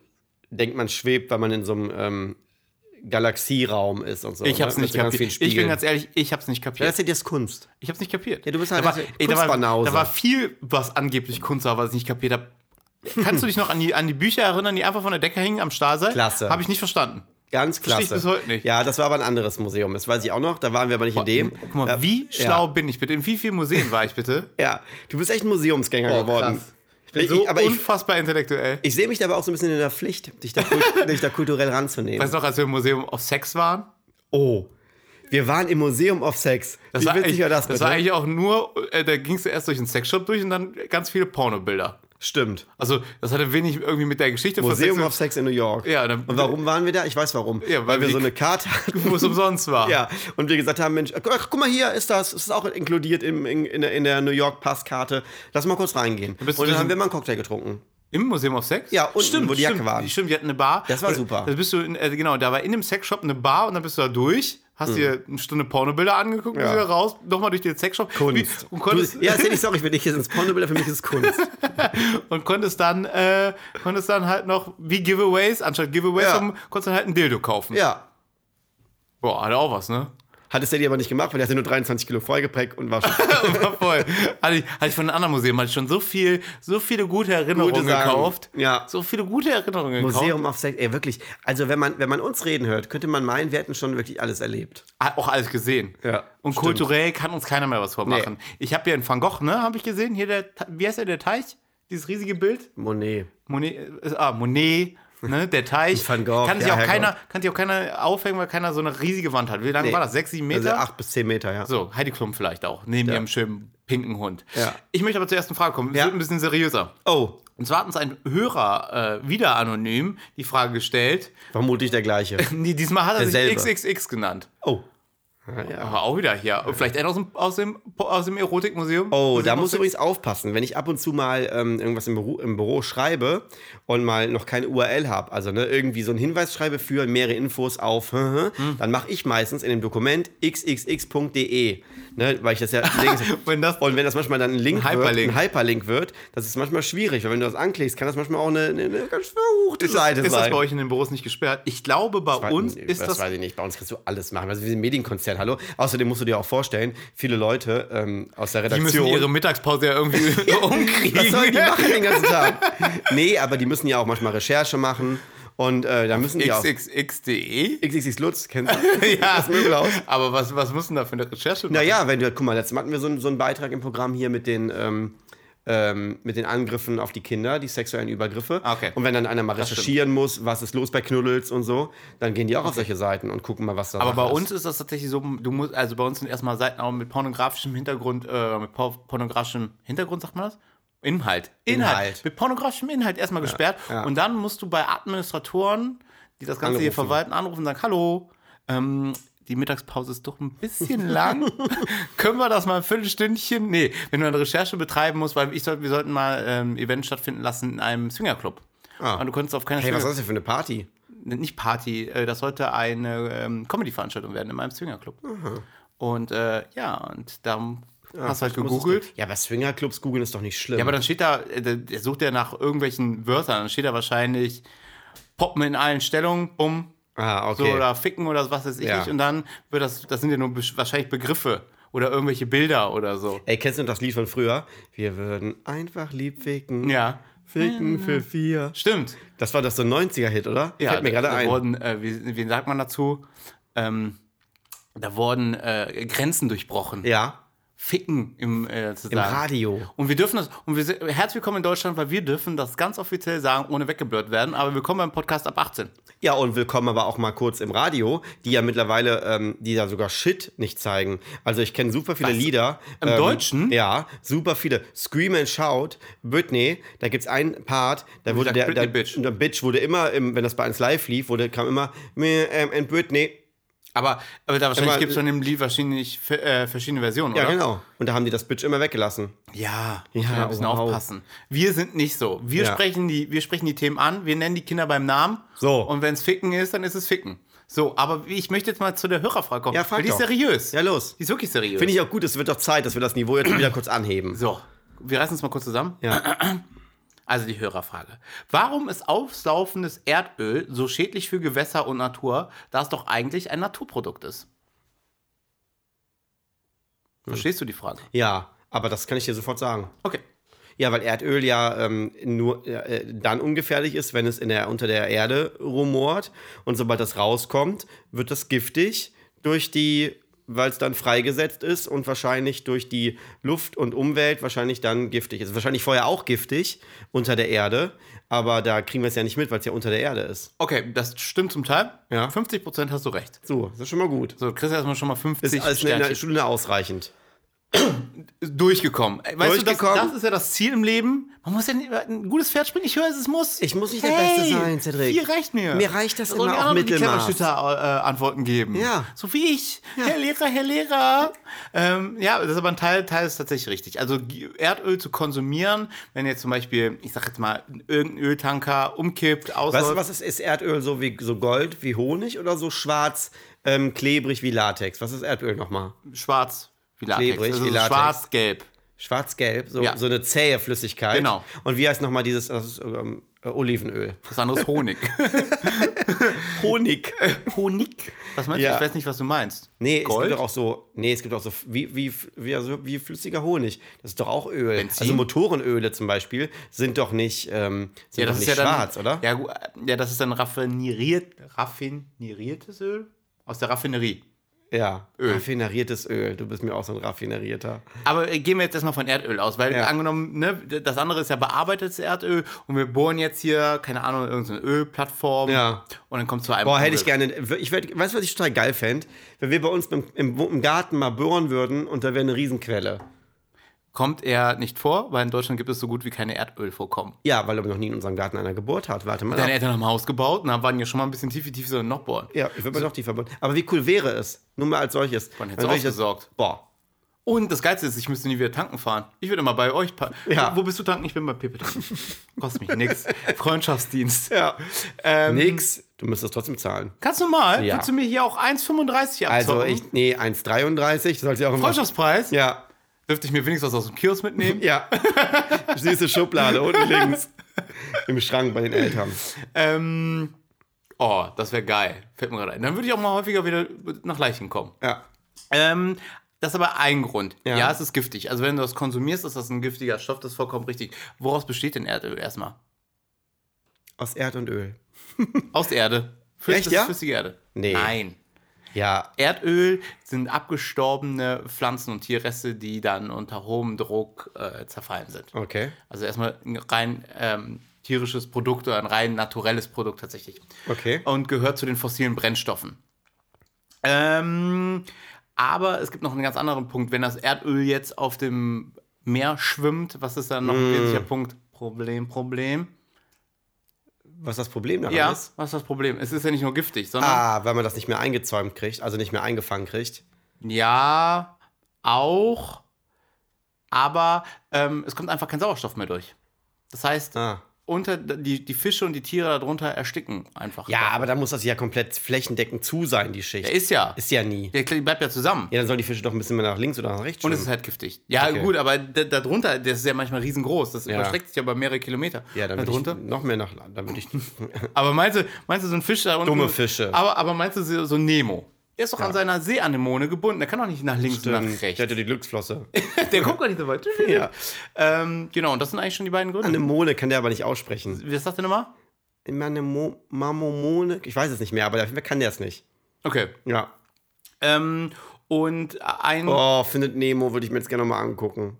S1: denkt, man schwebt, weil man in so einem ähm, Galaxieraum ist und so. ne? Also
S2: Ich hab's nicht kapiert. Ich bin ganz ehrlich, ich hab's nicht
S1: Ja,
S2: kapiert.
S1: das sind jetzt Kunst.
S2: Ich hab's nicht kapiert.
S1: Ja, du bist halt
S2: da war,
S1: also
S2: ey, da, war,
S1: Kunstbanause.
S2: da war viel, was angeblich Kunst war, was ich nicht kapiert habe. Kannst du dich noch an die, an die Bücher erinnern, die einfach von der Decke hingen am Stahlseil?
S1: Klasse.
S2: Habe ich nicht verstanden.
S1: Ganz klasse.
S2: Verstehe ich bis heute nicht.
S1: Ja, das war aber ein anderes Museum. Das weiß ich auch noch. Da waren wir aber nicht in dem.
S2: Guck mal,
S1: Ja,
S2: wie schlau bin ich bitte? In wie vielen Museen war ich bitte?
S1: Ja, ja. du bist echt ein Museumsgänger
S2: Boah,
S1: geworden.
S2: krass. Ich bin so
S1: ich, aber ich,
S2: unfassbar intellektuell.
S1: ich sehe mich dabei auch so ein bisschen in der Pflicht, dich da, kul- dich da kulturell ranzunehmen.
S2: Weißt du noch, als wir im Museum auf Sex waren?
S1: Oh. Wir waren im Museum of Sex.
S2: Das,
S1: Wie
S2: war,
S1: witzig
S2: eigentlich,
S1: war
S2: das,
S1: das,
S2: war
S1: bitte?
S2: eigentlich auch nur, äh, da gingst du erst durch den Sexshop durch und dann ganz viele Pornobilder.
S1: Stimmt.
S2: Also, das hatte wenig irgendwie mit der Geschichte
S1: Museum
S2: von
S1: of Sex in New York.
S2: Ja, dann-
S1: und warum waren wir da? Ich weiß warum.
S2: Ja, weil
S1: weil wir
S2: wir-
S1: so eine Karte hatten.
S2: wo es umsonst war.
S1: Ja, und wir gesagt haben, Mensch, ach, guck mal hier, ist das, ist das auch inkludiert im, in, in, der- in der New York Passkarte. Lass mal kurz reingehen.
S2: bist
S1: Und
S2: du
S1: dann
S2: diesen-
S1: haben wir mal einen Cocktail getrunken.
S2: Im Museum of Sex?
S1: Ja, unten, wo die Jacke
S2: stimmt,
S1: waren.
S2: Stimmt, wir hatten eine Bar.
S1: Das war
S2: Und
S1: super.
S2: Da bist du in, äh, genau, da war in dem Sexshop eine Bar und dann bist du da durch, hast dir eine Stunde Pornobilder angeguckt, bist
S1: Hm. Ja.
S2: wieder raus, nochmal durch den Sexshop. Wie- Und konntest,
S1: Du, ja, ist ja nicht sorry für dich, ist es Pornobilder, für mich ist Kunst.
S2: und konntest dann, äh, konntest dann halt noch, wie Giveaways, anstatt Giveaways,
S1: Ja.
S2: um- konntest dann halt ein Dildo kaufen.
S1: ja.
S2: Boah, hat auch was, ne?
S1: Hat es Daddy aber nicht gemacht, weil er hatte nur 23 Kilo vollgeprägt und war schon.
S2: War voll. Hatte ich, hatte ich von einem anderen Museum hatte ich schon so viel, so viele gute Erinnerungen
S1: Gute Sachen.
S2: gekauft.
S1: Ja.
S2: So viele gute Erinnerungen gekauft.
S1: Museum of Sex, ey, wirklich. Also, wenn man, wenn man uns reden hört, könnte man meinen, wir hätten schon wirklich alles erlebt.
S2: Ah, Auch alles gesehen.
S1: Ja,
S2: Und
S1: stimmt.
S2: kulturell kann uns keiner mehr was vormachen. Ich habe hier in Van Gogh, ne, habe ich gesehen, hier der, Ta- wie heißt der, der Teich? Dieses riesige Bild?
S1: Monet.
S2: Monet, äh, ah, Monet, ne, der Teich.
S1: Van Gogh,
S2: Kann sich
S1: ja,
S2: auch
S1: Herrgott.
S2: keiner, kann sich auch keiner aufhängen, weil keiner so eine riesige Wand hat. Wie lange
S1: Nee.
S2: war das? Sechs, sieben
S1: Also
S2: Meter?
S1: acht bis zehn Meter, ja.
S2: So, Heidi Klum vielleicht auch, neben ihrem schönen pinken Hund.
S1: Ja.
S2: Ich möchte aber zur ersten Frage kommen. Es
S1: Ja.
S2: wird ein bisschen seriöser.
S1: Oh,
S2: Und zwar hat uns ein Hörer, äh, wieder anonym, die Frage gestellt.
S1: vermutlich der gleiche.
S2: Nee, diesmal hat er
S1: Derselbe.
S2: sich XXX genannt.
S1: Oh.
S2: Aber auch wieder hier. Und Vielleicht einer aus dem, aus dem, aus dem Erotikmuseum.
S1: Oh,
S2: Museum
S1: da
S2: of
S1: musst du
S2: Sex.
S1: übrigens aufpassen, wenn ich ab und zu mal ähm, irgendwas im Büro, im Büro schreibe und mal noch keine URL habe, also ne, irgendwie so einen Hinweis schreibe für mehrere Infos auf,
S2: Hm.
S1: dann mache ich meistens in dem Dokument xxx.de, ne, weil ich das ja
S2: Wenn das-
S1: und wenn das manchmal dann ein Link
S2: Ein
S1: wird,
S2: Hyperlink.
S1: ein Hyperlink wird, das ist manchmal schwierig, weil wenn du das anklickst, kann das manchmal auch eine, eine, eine ganz verruchte Seite
S2: Ist das
S1: sein.
S2: bei euch in den Büros nicht gesperrt? Ich glaube, bei uns
S1: Nee,
S2: ist das.
S1: weiß ich nicht. Bei uns kannst du alles machen. Also wir sind ein Medienkonzern, hallo. Außerdem musst du dir auch vorstellen, viele Leute ähm, aus der
S2: Die
S1: Redaktion.
S2: müssen ihre Mittagspause ja irgendwie umkriegen.
S1: Was sollen die machen den ganzen Tag? Nee, aber die müssen ja auch manchmal Recherche machen. Und äh, da müssen die auch.
S2: XXX.de?
S1: XXX Lutz, kennst du?
S2: E? Ja.
S1: Das Möbelhaus.
S2: Aber was, was muss denn da für eine Recherche machen?
S1: Naja, wenn du, guck mal, letztes Mal hatten wir so, einen- so einen Beitrag im Programm hier mit den, ähm, ähm, mit den Angriffen auf die Kinder, die sexuellen Übergriffe.
S2: Ah, Okay.
S1: Und wenn dann einer mal recherchieren muss, was ist los bei Knuddels und so, dann gehen die auch auf solche Seiten und gucken mal, was da
S2: Aber bei
S1: Sache ist.
S2: uns ist das tatsächlich so, du musst, also bei uns sind erstmal Seiten auch mit pornografischem Hintergrund, äh, mit por pornografischem Hintergrund, sagt man das? Inhalt. Inhalt.
S1: Inhalt.
S2: Mit pornografischem Inhalt erstmal gesperrt. Und dann musst du bei Administratoren, die das Ganze hier
S1: Anrufen.
S2: verwalten, anrufen und sagen, hallo, ähm, die Mittagspause ist doch ein bisschen lang. Können wir das mal ein Viertelstündchen? Nee, wenn du eine Recherche betreiben musst, weil ich soll, wir sollten mal ähm, Event stattfinden lassen in einem Swingerclub.
S1: Ah.
S2: Und du konntest auf keine
S1: Hey, was ist
S2: Swinger-
S1: das denn für eine Party?
S2: nicht Party, äh, das sollte eine ähm, Comedy-Veranstaltung werden in meinem Swingerclub. Und äh, ja, und da
S1: Ah,
S2: hast du halt gegoogelt.
S1: Ja, aber Swingerclubs googeln ist doch nicht schlimm.
S2: Ja, aber dann steht da, äh, der- der sucht ja nach irgendwelchen Wörtern, dann steht da wahrscheinlich Poppen in allen Stellungen, bumm,
S1: ah,
S2: so
S1: okay.
S2: oder Ficken oder was weiß ich
S1: Ja.
S2: nicht. Und dann wird das, das sind ja nur besch- wahrscheinlich Begriffe oder irgendwelche Bilder oder so.
S1: Ey, kennst du noch das Lied von früher? Wir würden einfach lieb ficken.
S2: Ja,
S1: Ficken für vier.
S2: stimmt.
S1: Das war doch so ein 90er-Hit, oder?
S2: Ja,
S1: Fällt mir gerade
S2: da
S1: ein.
S2: Wurden, äh, wie, wie sagt man dazu? Ähm, da wurden äh, Grenzen durchbrochen.
S1: ja,
S2: Ficken im, äh, zu
S1: im
S2: sagen.
S1: Radio.
S2: Und wir dürfen das, und wir sind, herzlich willkommen in Deutschland, weil wir dürfen das ganz offiziell sagen, ohne weggeblurrt werden, aber willkommen beim Podcast ab 18.
S1: Ja, und willkommen aber auch mal kurz im Radio, die ja mittlerweile, ähm, die da sogar Shit nicht zeigen. Also ich kenne super viele Lieder.
S2: Im
S1: ähm,
S2: Deutschen?
S1: Ja, super viele. Scream and Shout, Britney, da gibt es einen Part, da wurde
S2: sagt
S1: der,
S2: Britney
S1: der,
S2: Bitch.
S1: der Bitch wurde immer, im, wenn das bei uns live lief, wurde, kam immer, "Me, ähm, and Britney,
S2: Aber, aber da wahrscheinlich
S1: Aber- äh,
S2: gibt es von dem Lied wahrscheinlich ver- äh, verschiedene Versionen,
S1: Ja,
S2: oder?
S1: genau. Und da haben die das Bitch immer weggelassen.
S2: Ja, muss man
S1: Ja,
S2: ein bisschen
S1: wow.
S2: aufpassen. Wir sind nicht so. Wir,
S1: Ja.
S2: sprechen die, wir sprechen die Themen an, wir nennen die Kinder beim Namen.
S1: So.
S2: Und wenn es Ficken ist, dann ist es Ficken. So, aber ich möchte jetzt mal zu der Hörerfrage kommen.
S1: Ja, frag
S2: weil die ist
S1: doch.
S2: seriös.
S1: Ja, los.
S2: Die ist wirklich seriös.
S1: Finde ich auch gut, es wird doch Zeit, dass wir das Niveau jetzt wieder kurz anheben.
S2: so, wir reißen es mal kurz zusammen.
S1: Ja.
S2: Also die Hörerfrage. Warum ist aufsaufendes Erdöl so schädlich für Gewässer und Natur, da es doch eigentlich ein Naturprodukt ist? Verstehst du die Frage?
S1: Ja, aber das kann ich dir sofort sagen.
S2: Okay.
S1: Ja, weil Erdöl ja ähm, nur äh, dann ungefährlich ist, wenn es in der, unter der Erde rumort. Und sobald das rauskommt, wird das giftig durch die, weil es dann freigesetzt ist und wahrscheinlich durch die Luft und Umwelt wahrscheinlich dann giftig ist. Wahrscheinlich vorher auch giftig unter der Erde, aber da kriegen wir es ja nicht mit, weil es ja unter der Erde ist.
S2: Okay, das stimmt zum Teil.
S1: Ja.
S2: 50% hast du recht.
S1: So, das ist schon mal gut.
S2: So, Chris, erstmal schon mal 50
S1: Ist alles in der
S2: Sternchen
S1: Stunde ausreichend.
S2: durchgekommen. Ey, Weißt du, das,
S1: Durchgekommen. Äh,
S2: das ist ja das Ziel im Leben. Man muss ja nicht, äh, ein gutes Pferd springen. Ich höre es, es muss.
S1: Ich muss nicht der Beste sein, Cedric.
S2: Hier reicht mir.
S1: Mir reicht das
S2: Sollen
S1: immer
S2: die
S1: auch
S2: anderen die
S1: Mittelmaß.
S2: Klemmerschütter, äh, Antworten geben.
S1: Ja.
S2: So wie ich. Herr Lehrer, Herr Lehrer. Ähm, ja, das ist aber ein Teil, Teil ist tatsächlich richtig. Also G- Erdöl zu konsumieren, wenn jetzt zum Beispiel, ich sag jetzt mal, irgendein Öltanker umkippt,
S1: Weißt
S2: ausläuft.
S1: du, was ist, ist Erdöl so wie so Gold wie Honig oder so schwarz ähm, klebrig wie Latex? Was ist Erdöl nochmal?
S2: Schwarz wie Latex.
S1: Klebrig
S2: also
S1: wie
S2: so
S1: Latex.
S2: Schwarz-gelb.
S1: Schwarz-gelb, so,
S2: Ja.
S1: so eine zähe Flüssigkeit.
S2: Genau.
S1: Und wie heißt nochmal dieses das ist, ähm, äh, Olivenöl?
S2: Das andere ist Honig.
S1: Honig.
S2: Honig? Was meinst du?
S1: Ja.
S2: Ich weiß nicht, was du meinst.
S1: Nee, es
S2: Gold?
S1: gibt doch auch so, nee, es gibt auch so wie, wie, wie, also wie flüssiger Honig. Das ist doch auch Öl.
S2: Benzin?
S1: Also Motorenöle zum Beispiel sind doch nicht, ähm, sind
S2: Ja, das
S1: doch
S2: ist
S1: nicht
S2: ja dann,
S1: schwarz, oder?
S2: Ja, gu- äh, ja, das ist dann raffineriert, raffiniertes Öl aus der Raffinerie.
S1: Ja.
S2: Öl.
S1: Raffineriertes Öl. Du bist mir auch so ein raffinerierter.
S2: Aber äh, gehen wir jetzt erstmal von Erdöl aus, weil
S1: Ja.
S2: angenommen, ne, das andere ist ja bearbeitetes Erdöl und wir bohren jetzt hier, keine Ahnung, irgendeine Ölplattform
S1: Ja.
S2: und dann kommt zu einem.
S1: Boah, hätte
S2: Öl.
S1: ich gerne. Ich werd, weißt du, was ich total geil fände? Wenn wir bei uns im, im, im Garten mal bohren würden und da wäre eine Riesenquelle.
S2: Kommt er nicht vor, weil in Deutschland gibt es so gut wie keine Erdölvorkommen.
S1: Ja, weil aber noch nie in unserem Garten einer gebohrt hat. Warte mal. ab.
S2: Deine Eltern haben ein Haus gebaut und haben- waren ja schon mal ein bisschen tief, wie tief sollen noch bohren.
S1: Ja, ich würde mir noch tiefer bohren. Aber wie cool wäre es? Nur mal als solches.
S2: Man hätte
S1: Dann
S2: es
S1: würd ich das-
S2: ausgesorgt.
S1: Boah.
S2: Und das Geilste ist, ich müsste nie wieder tanken fahren. Ich würde immer bei euch. pa-
S1: Ja.
S2: Wo bist du tanken? Ich bin bei Pippe tanken. Kostet mich nix. Freundschaftsdienst.
S1: Ja.
S2: Ähm,
S1: Nix. Du müsstest trotzdem zahlen.
S2: Kannst du mal?
S1: Ja.
S2: Willst du mir hier auch 1,35 abzocken?
S1: Also ich, nee, 1,33. Das sollte ja auch immer.
S2: Freundschaftspreis?
S1: Ja.
S2: Dürfte ich mir wenigstens was aus dem Kiosk mitnehmen?
S1: Ja. Süße Schublade unten links. Im Schrank bei den Eltern.
S2: ähm, oh, das wäre geil. Fällt mir gerade ein. Dann würde ich auch mal häufiger wieder nach Leichen kommen.
S1: Ja.
S2: Ähm, das ist aber ein Grund. Ja.
S1: Ja.
S2: es ist giftig. Also wenn du das konsumierst, ist das ein giftiger Stoff. Das ist vollkommen richtig. Woraus besteht denn Erdöl erstmal?
S1: Aus Erd und Öl.
S2: Aus Erde. Flüss-
S1: Echt,
S2: das ist
S1: ja?
S2: Flüssige Erde.
S1: Nee.
S2: Nein.
S1: Ja.
S2: Erdöl sind abgestorbene Pflanzen und Tierreste, die dann unter hohem Druck äh, zerfallen sind.
S1: Okay.
S2: Also erstmal ein rein ähm, tierisches Produkt oder ein rein naturelles Produkt tatsächlich.
S1: Okay.
S2: Und gehört zu den fossilen Brennstoffen. Ähm, aber es gibt noch einen ganz anderen Punkt. Wenn das Erdöl jetzt auf dem Meer schwimmt, was ist dann noch
S1: Mm.
S2: ein wesentlicher Punkt? Problem, Problem.
S1: Was das Problem daran
S2: Ja,
S1: ist?
S2: was ist das Problem? Es ist ja nicht nur giftig, sondern
S1: Ah, weil man das nicht mehr eingezäumt kriegt, also nicht mehr eingefangen kriegt.
S2: Ja, auch. Aber ähm, es kommt einfach kein Sauerstoff mehr durch. Das heißt,
S1: Ah.
S2: unter die, die Fische und die Tiere darunter ersticken einfach.
S1: Ja, aber da muss das ja komplett flächendeckend zu sein, die Schicht.
S2: Der ist ja.
S1: Ist ja nie.
S2: der bleibt ja zusammen.
S1: Ja, dann sollen die Fische doch ein bisschen mehr nach links oder nach rechts
S2: Und
S1: schwimmen.
S2: es ist halt giftig. Ja,
S1: Okay.
S2: gut, aber da- darunter, das ist ja manchmal riesengroß. Das
S1: Ja.
S2: überstreckt sich ja über mehrere Kilometer.
S1: ja, dann würde
S2: darunter.
S1: ich noch mehr nach. Dann würde ich.
S2: Aber meinst du, meinst du, so ein Fisch da unten?
S1: Dumme Fische.
S2: Aber, aber meinst du, so so ein Nemo? Er ist doch an seiner Seeanemone gebunden. Der kann doch nicht nach links und
S1: Dann
S2: nach rechts.
S1: ich hätte die Glücksflosse.
S2: Der kommt gar nicht so weit.
S1: Ja.
S2: Ähm, genau, und das sind eigentlich schon die beiden Gründe.
S1: Anemone kann der aber nicht aussprechen.
S2: Wie ist das denn immer?
S1: Manemo- Mamomone? Ich weiß es nicht mehr, aber auf jeden Fall kann der es nicht.
S2: Okay.
S1: Ja.
S2: Ähm, und ein
S1: Oh, findet Nemo würde ich mir jetzt gerne nochmal angucken.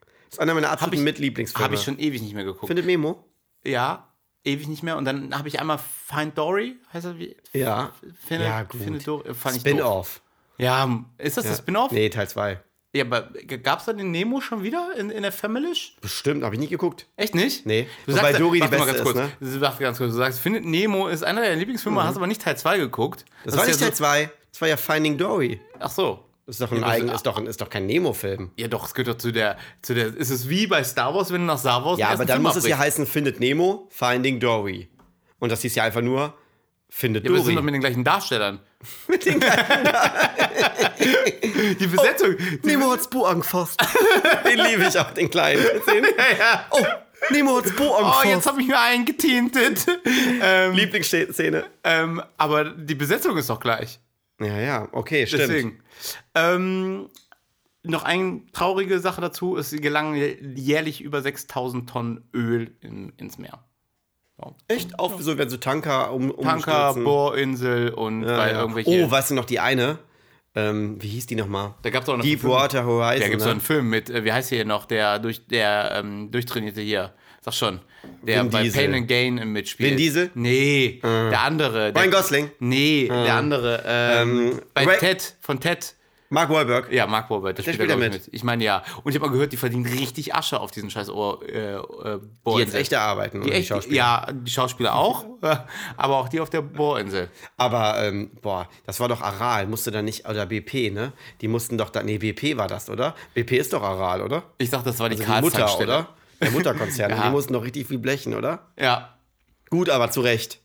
S1: Das ist einer meiner absoluten Mitlieblingsfilme.
S2: habe ich schon ewig nicht mehr geguckt.
S1: Findet Nemo?
S2: ja, ewig nicht mehr. Und dann habe ich einmal Find Dory, heißt das wie?
S1: Ja.
S2: Finde,
S1: Ja, gut.
S2: Finde Dory, äh, fand ich doof.
S1: Spin-off.
S2: Ja, ähm, ist das das Spin-off?
S1: Nee, Teil 2.
S2: Ja, aber gab es da den Nemo schon wieder in, in der Familish?
S1: Bestimmt, habe ich nicht geguckt.
S2: Echt nicht?
S1: Nee.
S2: Du
S1: Wobei
S2: sagst,
S1: Dory die
S2: warte mal
S1: beste
S2: ganz kurz.
S1: ist, Mhm.
S2: ne? Warte ganz kurz. Du sagst, Findet Nemo ist einer deiner Lieblingsfilme, hast aber nicht Teil 2 geguckt.
S1: Das, war
S2: ist
S1: nicht Teil 2. Das war ja Finding Dory.
S2: so, Ach so.
S1: Das ist doch, ein
S2: das-
S1: eigen, ist doch, ein- ist doch kein Nemo-Film.
S2: Ja, doch, es gehört doch zu der, zu der. Ist es wie bei Star Wars, wenn du nach Star Wars
S1: Ja,
S2: den
S1: aber
S2: ersten
S1: dann
S2: Film
S1: muss es ja halt
S2: abbrichst?
S1: heißen, findet Nemo, Finding Dory. Und das hieß ja einfach nur, findet
S2: Ja, aber das sind doch
S1: Dory.
S2: mit den gleichen Darstellern. die Besetzung.
S1: Nemo hat's Bu angefasst. den liebe ich auch, den kleinen.
S2: ja, ja.
S1: Oh, Nemo hat's Bo
S2: Oh,
S1: angefasst.
S2: jetzt habe ich mir einen getintet. ähm,
S1: Lieblingsszene.
S2: ähm, aber die Besetzung ist doch gleich.
S1: Ja, ja, okay, stimmt.
S2: Deswegen. Ähm, noch eine traurige Sache dazu: Es gelangen jährlich über 6000 Tonnen Öl in, ins Meer.
S1: Echt? Auf, so werden so Tanker um,
S2: Tanker, äh,
S1: umstürzen.
S2: Bohrinsel und bei
S1: Ja.
S2: irgendwelchen.
S1: Oh, weißt du noch die eine? Ähm, wie hieß die nochmal?
S2: da gab es auch noch einen Film.
S1: Deepwater Horizon.
S2: Da gibt es
S1: ne?
S2: einen Film mit, äh, wie heißt der hier noch, der, durch, der ähm, durchtrainierte hier. Sag schon. Der
S1: Vin
S2: bei
S1: Diesel.
S2: Pain and Gain im mitspielt.
S1: Vin Diesel? Ah.
S2: Nee, der andere. Der,
S1: Ryan Gosling. Ah.
S2: Nee, der andere. Ähm, bei
S1: Ray-
S2: Ted, von Ted.
S1: Mark Wahlberg.
S2: Ja, Mark Wahlberg, der spielt,
S1: spielt
S2: da,
S1: er
S2: glaub ich, mit. Ich meine, ja. Und ich habe mal gehört, die verdienen richtig Asche auf diesen scheiß Ohr, äh, äh,
S1: Die jetzt
S2: Bohrinsel.
S1: echte arbeiten.
S2: Die
S1: und
S2: echt-
S1: Schauspieler.
S2: Ja, die Schauspieler auch, äh, aber auch die auf der Bohrinsel.
S1: Aber, ähm, boah, das war doch Aral, musste da nicht, oder BP, ne? Die mussten doch da, nee, BP war das, oder? BP ist doch Aral, oder?
S2: Ich sag, das war die
S1: Die
S2: also
S1: Mutter, oder? Der Mutterkonzern. Die mussten doch richtig viel blechen, oder?
S2: Ja,
S1: Gut, aber zu Recht.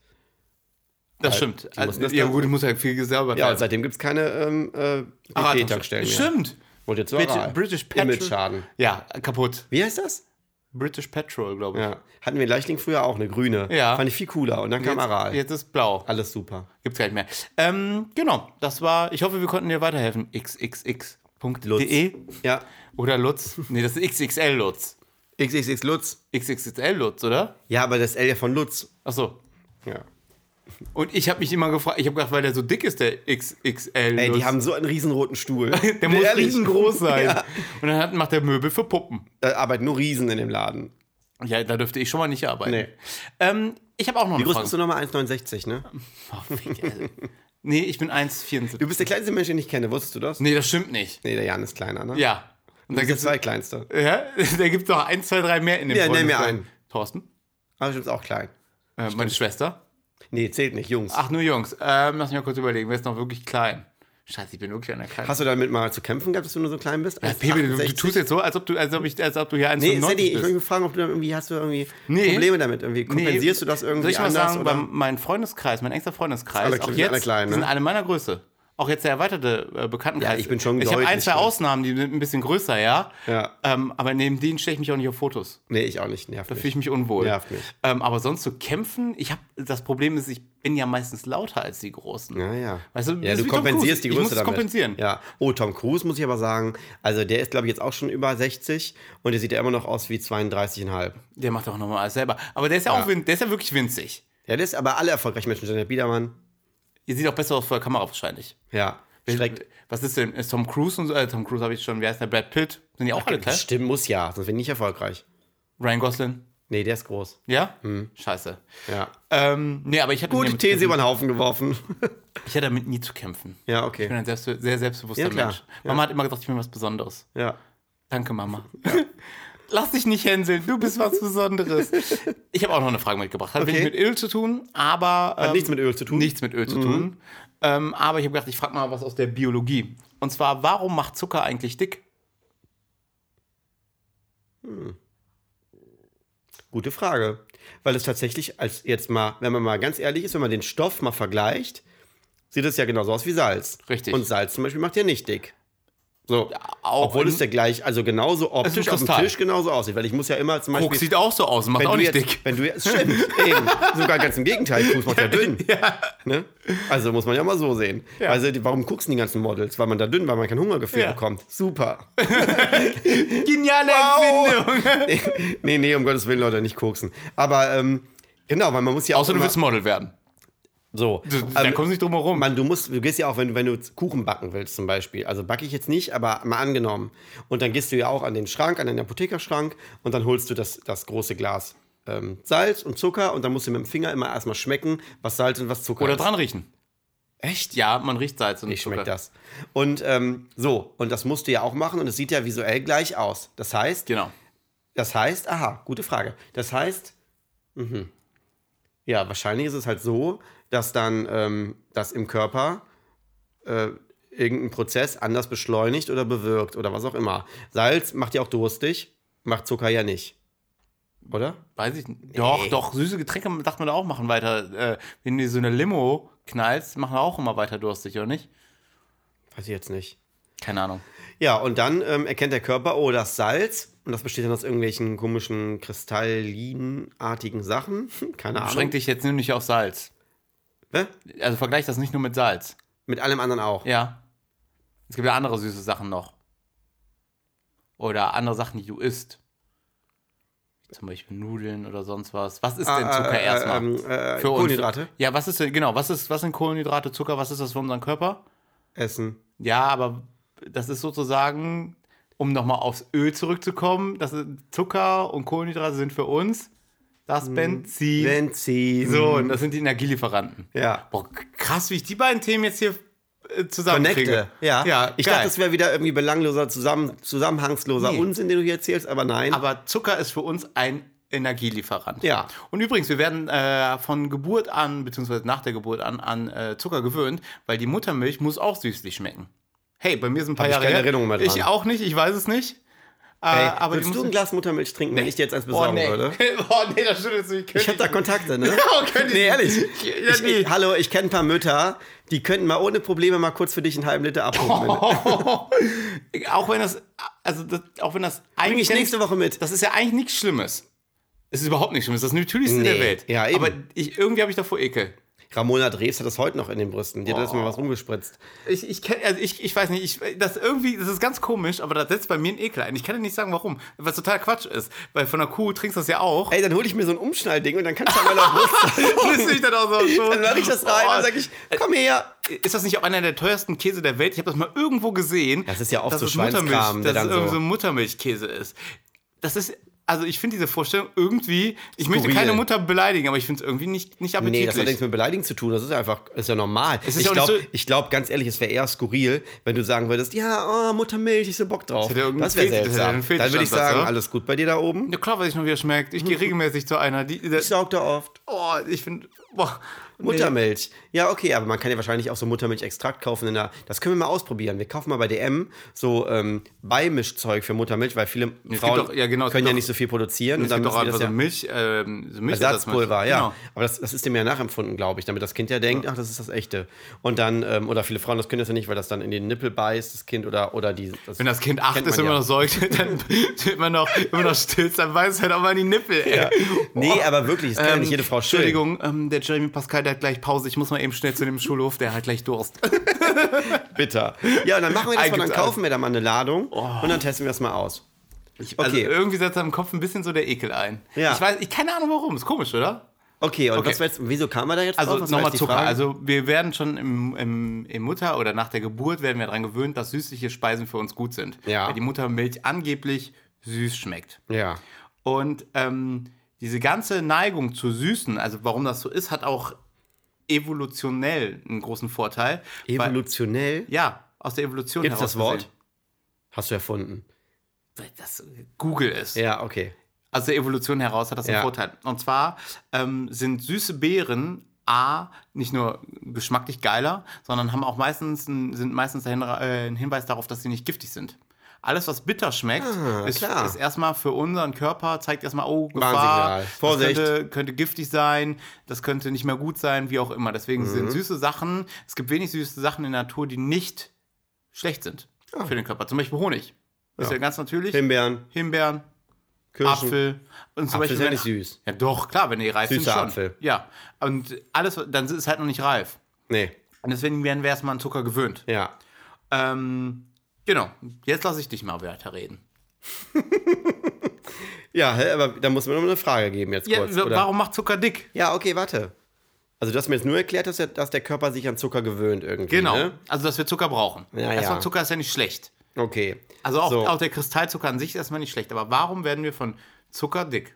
S2: das stimmt. Also,
S1: mussten Äh, das
S2: ja,
S1: dann-
S2: gut, ich muss ja viel gesaubert
S1: Ja,
S2: werden.
S1: und seitdem gibt es keine ähm, äh,
S2: Ah,
S1: BP-Tankstellen mehr.
S2: Stimmt.
S1: Wurde jetzt zu
S2: British,
S1: Aral.
S2: British Petrol.
S1: Image-Schaden.
S2: Ja, kaputt.
S1: Wie heißt das?
S2: British Petrol, glaube ich.
S1: Ja. Hatten wir in Leichling früher auch eine grüne.
S2: Ja.
S1: Fand ich viel cooler. Und dann kam Aral.
S2: Jetzt, jetzt ist blau.
S1: Alles super.
S2: Gibt's gar nicht mehr. Ähm, genau, das war. Ich hoffe, wir konnten dir weiterhelfen. xxx.de
S1: Ja.
S2: E oder Lutz. Nee, das ist XXL Lutz.
S1: XXX Lutz.
S2: XXL Lutz, oder?
S1: Ja, aber das L ja von Lutz.
S2: Achso.
S1: Ja.
S2: Und ich habe mich immer gefragt, ich habe gedacht, weil der so dick ist, der XXL.
S1: Ey, die
S2: Lutz.
S1: haben so einen riesenroten Stuhl.
S2: der muss
S1: Ehrlich.
S2: riesengroß sein. Und dann hat, macht der Möbel für Puppen.
S1: Da arbeiten nur Riesen in dem Laden.
S2: Ja, da dürfte ich schon mal nicht arbeiten.
S1: Nee.
S2: Ähm, ich habe auch noch
S1: Wie
S2: eine
S1: groß bist du
S2: Frage.
S1: nochmal? 1,69, ne?
S2: Nee, ich bin 1,74.
S1: Du bist der kleinste Mensch, den ich kenne. Wusstest du das?
S2: Nee, das stimmt nicht.
S1: Nee, der Jan ist kleiner, ne?
S2: Ja. Und
S1: Da
S2: da
S1: gibt
S2: gibt's
S1: zwei kleinste.
S2: Ja, da gibt es noch ein, zwei, drei mehr in dem
S1: Ja, nenn mir
S2: Freundeskreis.
S1: einen.
S2: Thorsten,
S1: Aber Ah, stimmt, ist auch klein.
S2: äh, meine Schwester.
S1: Nee, zählt nicht, Jungs.
S2: Ach, nur Jungs. Ähm, lass mich mal kurz überlegen, wer ist noch wirklich klein? Scheiße, ich bin wirklich einer kleinen.
S1: Hast du damit mal zu kämpfen gehabt, dass du nur so klein bist?
S2: ja, Pepe, du, du tust jetzt so, als ob du, als ob ich, als ob du hier eins
S1: Nee, Sadie, ich
S2: bist.
S1: wollte mich fragen, ob du da irgendwie, hast du irgendwie
S2: Nee.
S1: Probleme damit? Irgendwie kompensierst du das irgendwie
S2: Soll ich mal
S1: anders?
S2: sagen,
S1: oder?
S2: beim, mein Freundeskreis, mein engster Freundeskreis,
S1: Alle-
S2: auch
S1: sind
S2: jetzt,
S1: alle klein,
S2: die sind
S1: ne?
S2: alle meiner Größe. Auch jetzt der erweiterte äh, Bekanntenkreis.
S1: Ja, ich bin schon
S2: Ich habe ein,
S1: deutlich
S2: zwei
S1: größer.
S2: Ausnahmen, die sind ein bisschen größer, ja.
S1: Ja.
S2: Ähm, aber neben denen stehe ich mich auch nicht auf Fotos.
S1: nee, ich auch nicht. Nervt
S2: fühle
S1: mich.
S2: ich mich unwohl.
S1: Nervt mich.
S2: Ähm, aber sonst zu kämpfen, ich habe das Problem ist, ich bin ja meistens lauter als die Großen.
S1: Ja, ja.
S2: Weißt du, das
S1: ja,
S2: ist
S1: du
S2: wie Tom Cruise.
S1: kompensierst die
S2: Ich
S1: Größe
S2: muss es
S1: damit.
S2: kompensieren.
S1: Ja. Oh, Tom Cruise muss ich aber sagen, also der ist, glaube ich, jetzt auch schon über 60 und der sieht ja immer noch aus wie 32,5.
S2: Der macht auch nochmal alles selber. Aber der ist ja, auch win der ist ja wirklich winzig.
S1: Ja, das ist aber alle erfolgreichen Menschen. Janet Biedermann.
S2: Ihr sieht auch besser aus vor der Kamera wahrscheinlich.
S1: Ja. Schreckt.
S2: Was ist denn? Ist Tom Cruise und so? Äh, Tom Cruise habe ich schon. Wer ist der? Brad Pitt? Sind die auch alle ne? klein?
S1: Stimmt, muss ja, sonst wäre ich nicht erfolgreich.
S2: Ryan Gosling?
S1: Nee, der ist groß.
S2: Ja?
S1: Mhm.
S2: Scheiße.
S1: Ja.
S2: Ähm, nee, aber ich hatte,
S1: Gute
S2: damit,
S1: These über den Haufen geworfen.
S2: ich hatte damit nie zu kämpfen.
S1: ja,
S2: Ich bin
S1: okay.
S2: ein selbst, sehr selbstbewusster
S1: Ja, klar.
S2: Mensch. Mama hat immer gesagt, ich bin was Besonderes.
S1: Ja.
S2: Danke, Mama. Lass dich nicht hänseln, du bist was Besonderes. Ich habe auch noch eine Frage mitgebracht. Hat
S1: Okay.
S2: wenig mit Öl zu tun, aber. ähm,
S1: nichts mit Öl zu tun? Mhm.
S2: Nichts mit Öl zu tun. Ähm, aber ich habe gedacht, ich frage mal was aus der Biologie. Und zwar, warum macht Zucker eigentlich dick?
S1: Gute Frage. Weil es tatsächlich, als jetzt mal, wenn man mal ganz ehrlich ist, wenn man den Stoff mal vergleicht, sieht es ja genauso aus wie Salz.
S2: Richtig.
S1: Und Salz zum Beispiel macht ja nicht dick. So.
S2: auch
S1: Obwohl
S2: ein-
S1: es der gleich, also genauso optisch auf dem
S2: Kristall.
S1: Tisch genauso aussieht. Weil ich muss ja immer zum Beispiel.
S2: Koks sieht auch so aus, und macht
S1: wenn
S2: auch
S1: du
S2: nicht
S1: jetzt,
S2: dick.
S1: Wenn du jetzt, stimmt, eben. Sogar ganz im Gegenteil, Koks macht ja dünn. Ne? Also muss man ja mal so sehen. Also die, warum guckst die ganzen Models? Weil man da dünn, weil man kein Hungergefühl
S2: Ja.
S1: bekommt. Super.
S2: Geniale Erfindung.
S1: nee, nee, um Gottes Willen, Leute, nicht koksen. Aber ähm, genau, weil man muss ja auch
S2: Außer du
S1: immer-
S2: willst Model werden.
S1: so.
S2: Da
S1: Ähm,
S2: kommst du nicht drum herum.
S1: Man, du musst, du gehst ja auch, wenn, du- wenn du Kuchen backen willst zum Beispiel. Also backe ich jetzt nicht, aber mal angenommen. Und dann gehst du ja auch an den Schrank, an den Apothekerschrank und dann holst du das, das große Glas ähm, Salz und Zucker und dann musst du mit dem Finger immer erstmal schmecken, was Salz und was Zucker
S2: Oder
S1: ist.
S2: dran riechen. Echt? Ja, man riecht Salz und
S1: Ich schmecke
S2: Zucker.
S1: das. Und ähm, so, und das musst du ja auch machen und es sieht ja visuell gleich aus. Das heißt,
S2: Genau.
S1: das heißt, aha, gute Frage. Das heißt, mhm. ja, wahrscheinlich ist es halt so, dass dann ähm, das im Körper äh, irgendein Prozess anders beschleunigt oder bewirkt oder was auch immer. Salz macht ja auch durstig, macht Zucker ja nicht. Oder?
S2: Weiß ich nicht. Doch, doch, süße Getränke darf man da auch machen weiter. Äh, wenn du so eine Limo knallst, machen wir auch immer weiter durstig, oder nicht?
S1: Weiß ich jetzt nicht.
S2: Keine Ahnung.
S1: Ja, und dann ähm, erkennt der Körper, oh, das Salz, Und das besteht dann aus irgendwelchen komischen kristallinartigen Sachen. Keine Ahnung.
S2: Beschränk dich jetzt nur nicht auf Salz.
S1: Hä?
S2: Also vergleich das nicht nur mit Salz.
S1: Mit allem anderen auch.
S2: Ja. Es gibt ja andere süße Sachen noch. Oder andere Sachen, die du isst. Wie zum Beispiel Nudeln oder sonst was. Was ist denn
S1: Ah,
S2: Zucker
S1: äh,
S2: erstmal?
S1: ähm, äh,
S2: Für uns?
S1: Kohlenhydrate?
S2: Ja, was ist denn, genau, was ist, was sind Kohlenhydrate, Zucker, was ist das für unseren Körper?
S1: Essen.
S2: Ja, aber das ist sozusagen, um nochmal aufs Öl zurückzukommen, das ist, Zucker und Kohlenhydrate sind für uns
S1: Hm.
S2: das Benzin.
S1: Benzin.
S2: so, und das sind die Energielieferanten.
S1: Ja.
S2: Boah, krass, wie ich die beiden Themen jetzt hier äh, zusammenkriege.
S1: Connecte. Ja.
S2: ja
S1: ich
S2: geil.
S1: dachte, das wäre wieder irgendwie belangloser, zusammen, zusammenhangsloser
S2: Nee.
S1: Unsinn, den du hier erzählst, aber nein.
S2: Aber Zucker ist für uns ein Energielieferant.
S1: Ja.
S2: Und übrigens, wir werden äh, von Geburt an, beziehungsweise nach der Geburt an, an äh, Zucker gewöhnt, weil die Muttermilch muss auch süßlich schmecken. Hey, bei mir sind ein paar
S1: Hab ich
S2: Jahre
S1: keine
S2: her.
S1: Erinnerung mehr dran.
S2: Ich auch nicht, ich weiß es nicht. Äh,
S1: Ey,
S2: aber die
S1: würdest du
S2: muss-
S1: ein Glas Muttermilch trinken, wenn ich dir jetzt eins
S2: Oh
S1: besorgen
S2: nee.
S1: würde?
S2: oh nee, das schüttelst du mich.
S1: Ich hab da Kontakte, ne?
S2: Ja, könnte ich-
S1: nee, ehrlich.
S2: Ja,
S1: ich,
S2: nee.
S1: ich, hallo, ich kenne ein paar Mütter, die könnten mal ohne Probleme mal kurz für dich einen halben Liter abholen.
S2: Oh. auch wenn das, also das, auch wenn das
S1: Bring ich
S2: eigentlich
S1: nächste Woche mit.
S2: Das ist ja eigentlich nichts Schlimmes. Es ist überhaupt nichts Schlimmes. Das ist das Natürlichste
S1: Nee,
S2: der Welt.
S1: ja, eben.
S2: Aber ich, irgendwie habe ich davor Ekel.
S1: Ramona Dreves hat das heute noch in den Brüsten. Die hat letztes Mal
S2: Oh.
S1: was rumgespritzt.
S2: Ich, ich, kenn- also ich, ich weiß nicht, ich, das irgendwie, das ist ganz komisch, aber das setzt bei mir einen Ekel ein. Ich kann dir nicht sagen, warum. Was total Quatsch ist. Weil von der Kuh trinkst du das ja auch.
S1: Ey, dann hol ich mir so ein Umschnallding und dann kannst du einmal auf Brust.
S2: Frisst dich dann auch so schon.
S1: Dann mach ich das rein
S2: Oh,
S1: und dann sag ich, komm her.
S2: Ist das nicht auch einer der teuersten Käse der Welt? Ich habe das mal irgendwo gesehen.
S1: Das ist ja oft
S2: dass
S1: so
S2: es
S1: Schweinskram,
S2: Muttermilch,
S1: der
S2: Dass
S1: dann
S2: es irgendwie
S1: so-
S2: so ein Muttermilchkäse ist. Das ist, also ich finde diese Vorstellung irgendwie, ich möchte keine Mutter beleidigen, aber ich finde es irgendwie nicht, nicht
S1: Nee,
S2: appetitlich.
S1: das hat nichts mit Beleidigen zu tun. Das ist einfach, ist ja normal.
S2: ist
S1: ich
S2: auch nicht
S1: glaube,
S2: so-
S1: ich glaub, ganz ehrlich, es wäre eher skurril, wenn du sagen würdest, ja, oh, Muttermilch, ich so Bock drauf.
S2: Das hätte irgendeinen
S1: Das wäre
S2: Fetisch- das hätte
S1: seltsam.
S2: einen Fetisch
S1: Dann würde ich
S2: Ansatz,
S1: sagen,
S2: oder?
S1: alles gut bei dir da oben.
S2: Ja klar, weiß ich noch, wie er schmeckt. Ich gehe regelmäßig zu einer. Die, die,
S1: Ich saug da oft.
S2: oh, ich finde. Boah.
S1: Muttermilch. Ja, okay, aber man kann ja wahrscheinlich auch so Muttermilchextrakt kaufen. In der, das können wir mal ausprobieren. Wir kaufen mal bei DM so ähm, Beimischzeug für Muttermilch, weil viele
S2: gibt
S1: Frauen
S2: doch- ja, genau, es
S1: können
S2: gibt
S1: ja
S2: doch-
S1: nicht so viel produzieren.
S2: Es
S1: Und dann
S2: gibt doch
S1: müssen die das
S2: einfach so
S1: ja
S2: Milch, ähm, so Milch
S1: Ersatzpulver, ja.
S2: Genau.
S1: Aber das, das ist dem ja nachempfunden, glaube ich, damit das Kind ja denkt, ach, das ist das Echte. Und dann, ähm, oder viele Frauen, das können das ja nicht, weil das dann in den Nippel beißt, das Kind oder, oder die.
S2: Wenn das Kind acht
S1: kennt man
S2: ist, immer
S1: ja.
S2: noch säugt, dann immer noch, immer noch stillst, dann weiß es halt auch mal in die Nippel, ey. Oh.
S1: Ja. Nee, aber wirklich, das kann ja nicht jede Frau schön.
S2: Entschuldigung, ähm, der Jeremy Pascal, der hat gleich Pause. Ich muss mal eben schnell zu dem Schulhof, der hat gleich Durst.
S1: Bitter. Ja, und dann machen wir das
S2: Ei
S1: mal, dann
S2: gibt's Oh.
S1: kaufen wir da mal eine Ladung und dann testen wir das mal aus.
S2: Also
S1: Okay.
S2: irgendwie setzt er im Kopf ein bisschen so der Ekel ein.
S1: Ja.
S2: Ich weiß, ich keine Ahnung warum. Ist komisch, oder?
S1: Okay, und
S2: Okay.
S1: was war jetzt, wieso kam man da jetzt
S2: Also
S1: drauf? Was war
S2: nochmal
S1: jetzt die
S2: Zucker.
S1: Frage?
S2: Also wir werden schon im, im, im Mutter oder nach der Geburt werden wir daran gewöhnt, dass süßliche Speisen für uns gut sind.
S1: Ja.
S2: Weil die Muttermilch angeblich süß schmeckt.
S1: ja.
S2: Und ähm, diese ganze Neigung zu Süßen, also warum das so ist, hat auch evolutionell einen großen Vorteil. Weil-
S1: Evolutionell?
S2: Ja, aus der Evolution
S1: Gibt's das
S2: heraus
S1: Wort?
S2: gesehen.
S1: Hast du erfunden.
S2: Weil Das Google ist.
S1: Ja, okay.
S2: Aus Also der Evolution heraus hat das einen
S1: Ja.
S2: Vorteil. Und zwar ähm, sind süße Beeren A, nicht nur geschmacklich geiler, sondern haben auch meistens ein, sind meistens ein, äh, ein Hinweis darauf, dass sie nicht giftig sind. Alles, was bitter schmeckt, ist,
S1: Ah, klar.
S2: ist erstmal für unseren Körper, zeigt erstmal, oh,
S1: Warnsignal.
S2: Gefahr, das
S1: Vorsicht.
S2: könnte, könnte giftig sein, das könnte nicht mehr gut sein, wie auch immer. Deswegen
S1: Mhm.
S2: sind süße Sachen, es gibt wenig süße Sachen in der Natur, die nicht schlecht sind für den Körper. Zum Beispiel Honig. Das ist
S1: Ah. Ja.
S2: ja ganz natürlich.
S1: Himbeeren,
S2: Himbeeren,
S1: Kirschen.
S2: Apfel. Und zum
S1: Apfel ist ja
S2: wenn-
S1: nicht süß.
S2: Ja, doch, klar, wenn die reif sind.
S1: Süßer
S2: Schon.
S1: Apfel.
S2: Ja. Und alles, dann ist es halt noch nicht reif.
S1: Nee,
S2: Und deswegen wären wir erstmal an Zucker gewöhnt.
S1: ja.
S2: Ähm, genau. Jetzt lasse ich dich mal weiterreden.
S1: Ja, hä, aber da muss man noch eine Frage geben jetzt
S2: Ja,
S1: kurz.
S2: wa-
S1: oder?
S2: warum macht Zucker dick?
S1: Ja, okay, warte. Also du hast mir jetzt nur erklärt, dass der, dass der Körper sich an Zucker gewöhnt irgendwie.
S2: Genau.
S1: Ne?
S2: Also, dass wir Zucker brauchen.
S1: Ja,
S2: erstmal
S1: ja.
S2: Zucker ist ja nicht schlecht.
S1: Okay.
S2: Also, auch,
S1: So.
S2: auch der Kristallzucker an sich ist erstmal nicht schlecht. Aber warum werden wir von Zucker dick?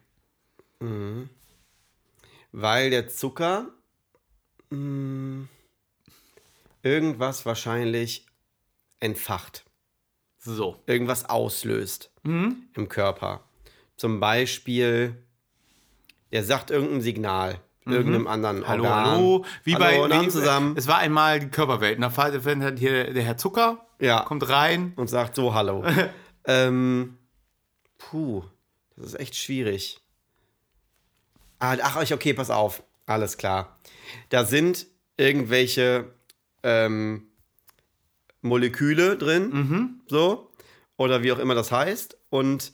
S1: Weil der Zucker mm, irgendwas wahrscheinlich entfacht,
S2: So.
S1: irgendwas auslöst
S2: Mhm.
S1: im Körper. Zum Beispiel, er sagt irgendein Signal, irgendeinem anderen
S2: Mhm. Hallo,
S1: Organ.
S2: hallo. Wie bei.
S1: Hallo, Namen
S2: wie,
S1: zusammen.
S2: Es war einmal die Körperwelt. Und da fährt halt hier der Herr Zucker,
S1: Ja.
S2: kommt rein.
S1: und sagt so Hallo. ähm, puh, das ist echt schwierig. Ah, ach, ich- okay, pass auf. Alles klar. Da sind irgendwelche ähm,
S2: Mhm.
S1: Moleküle drin, so, oder wie auch immer das heißt. Und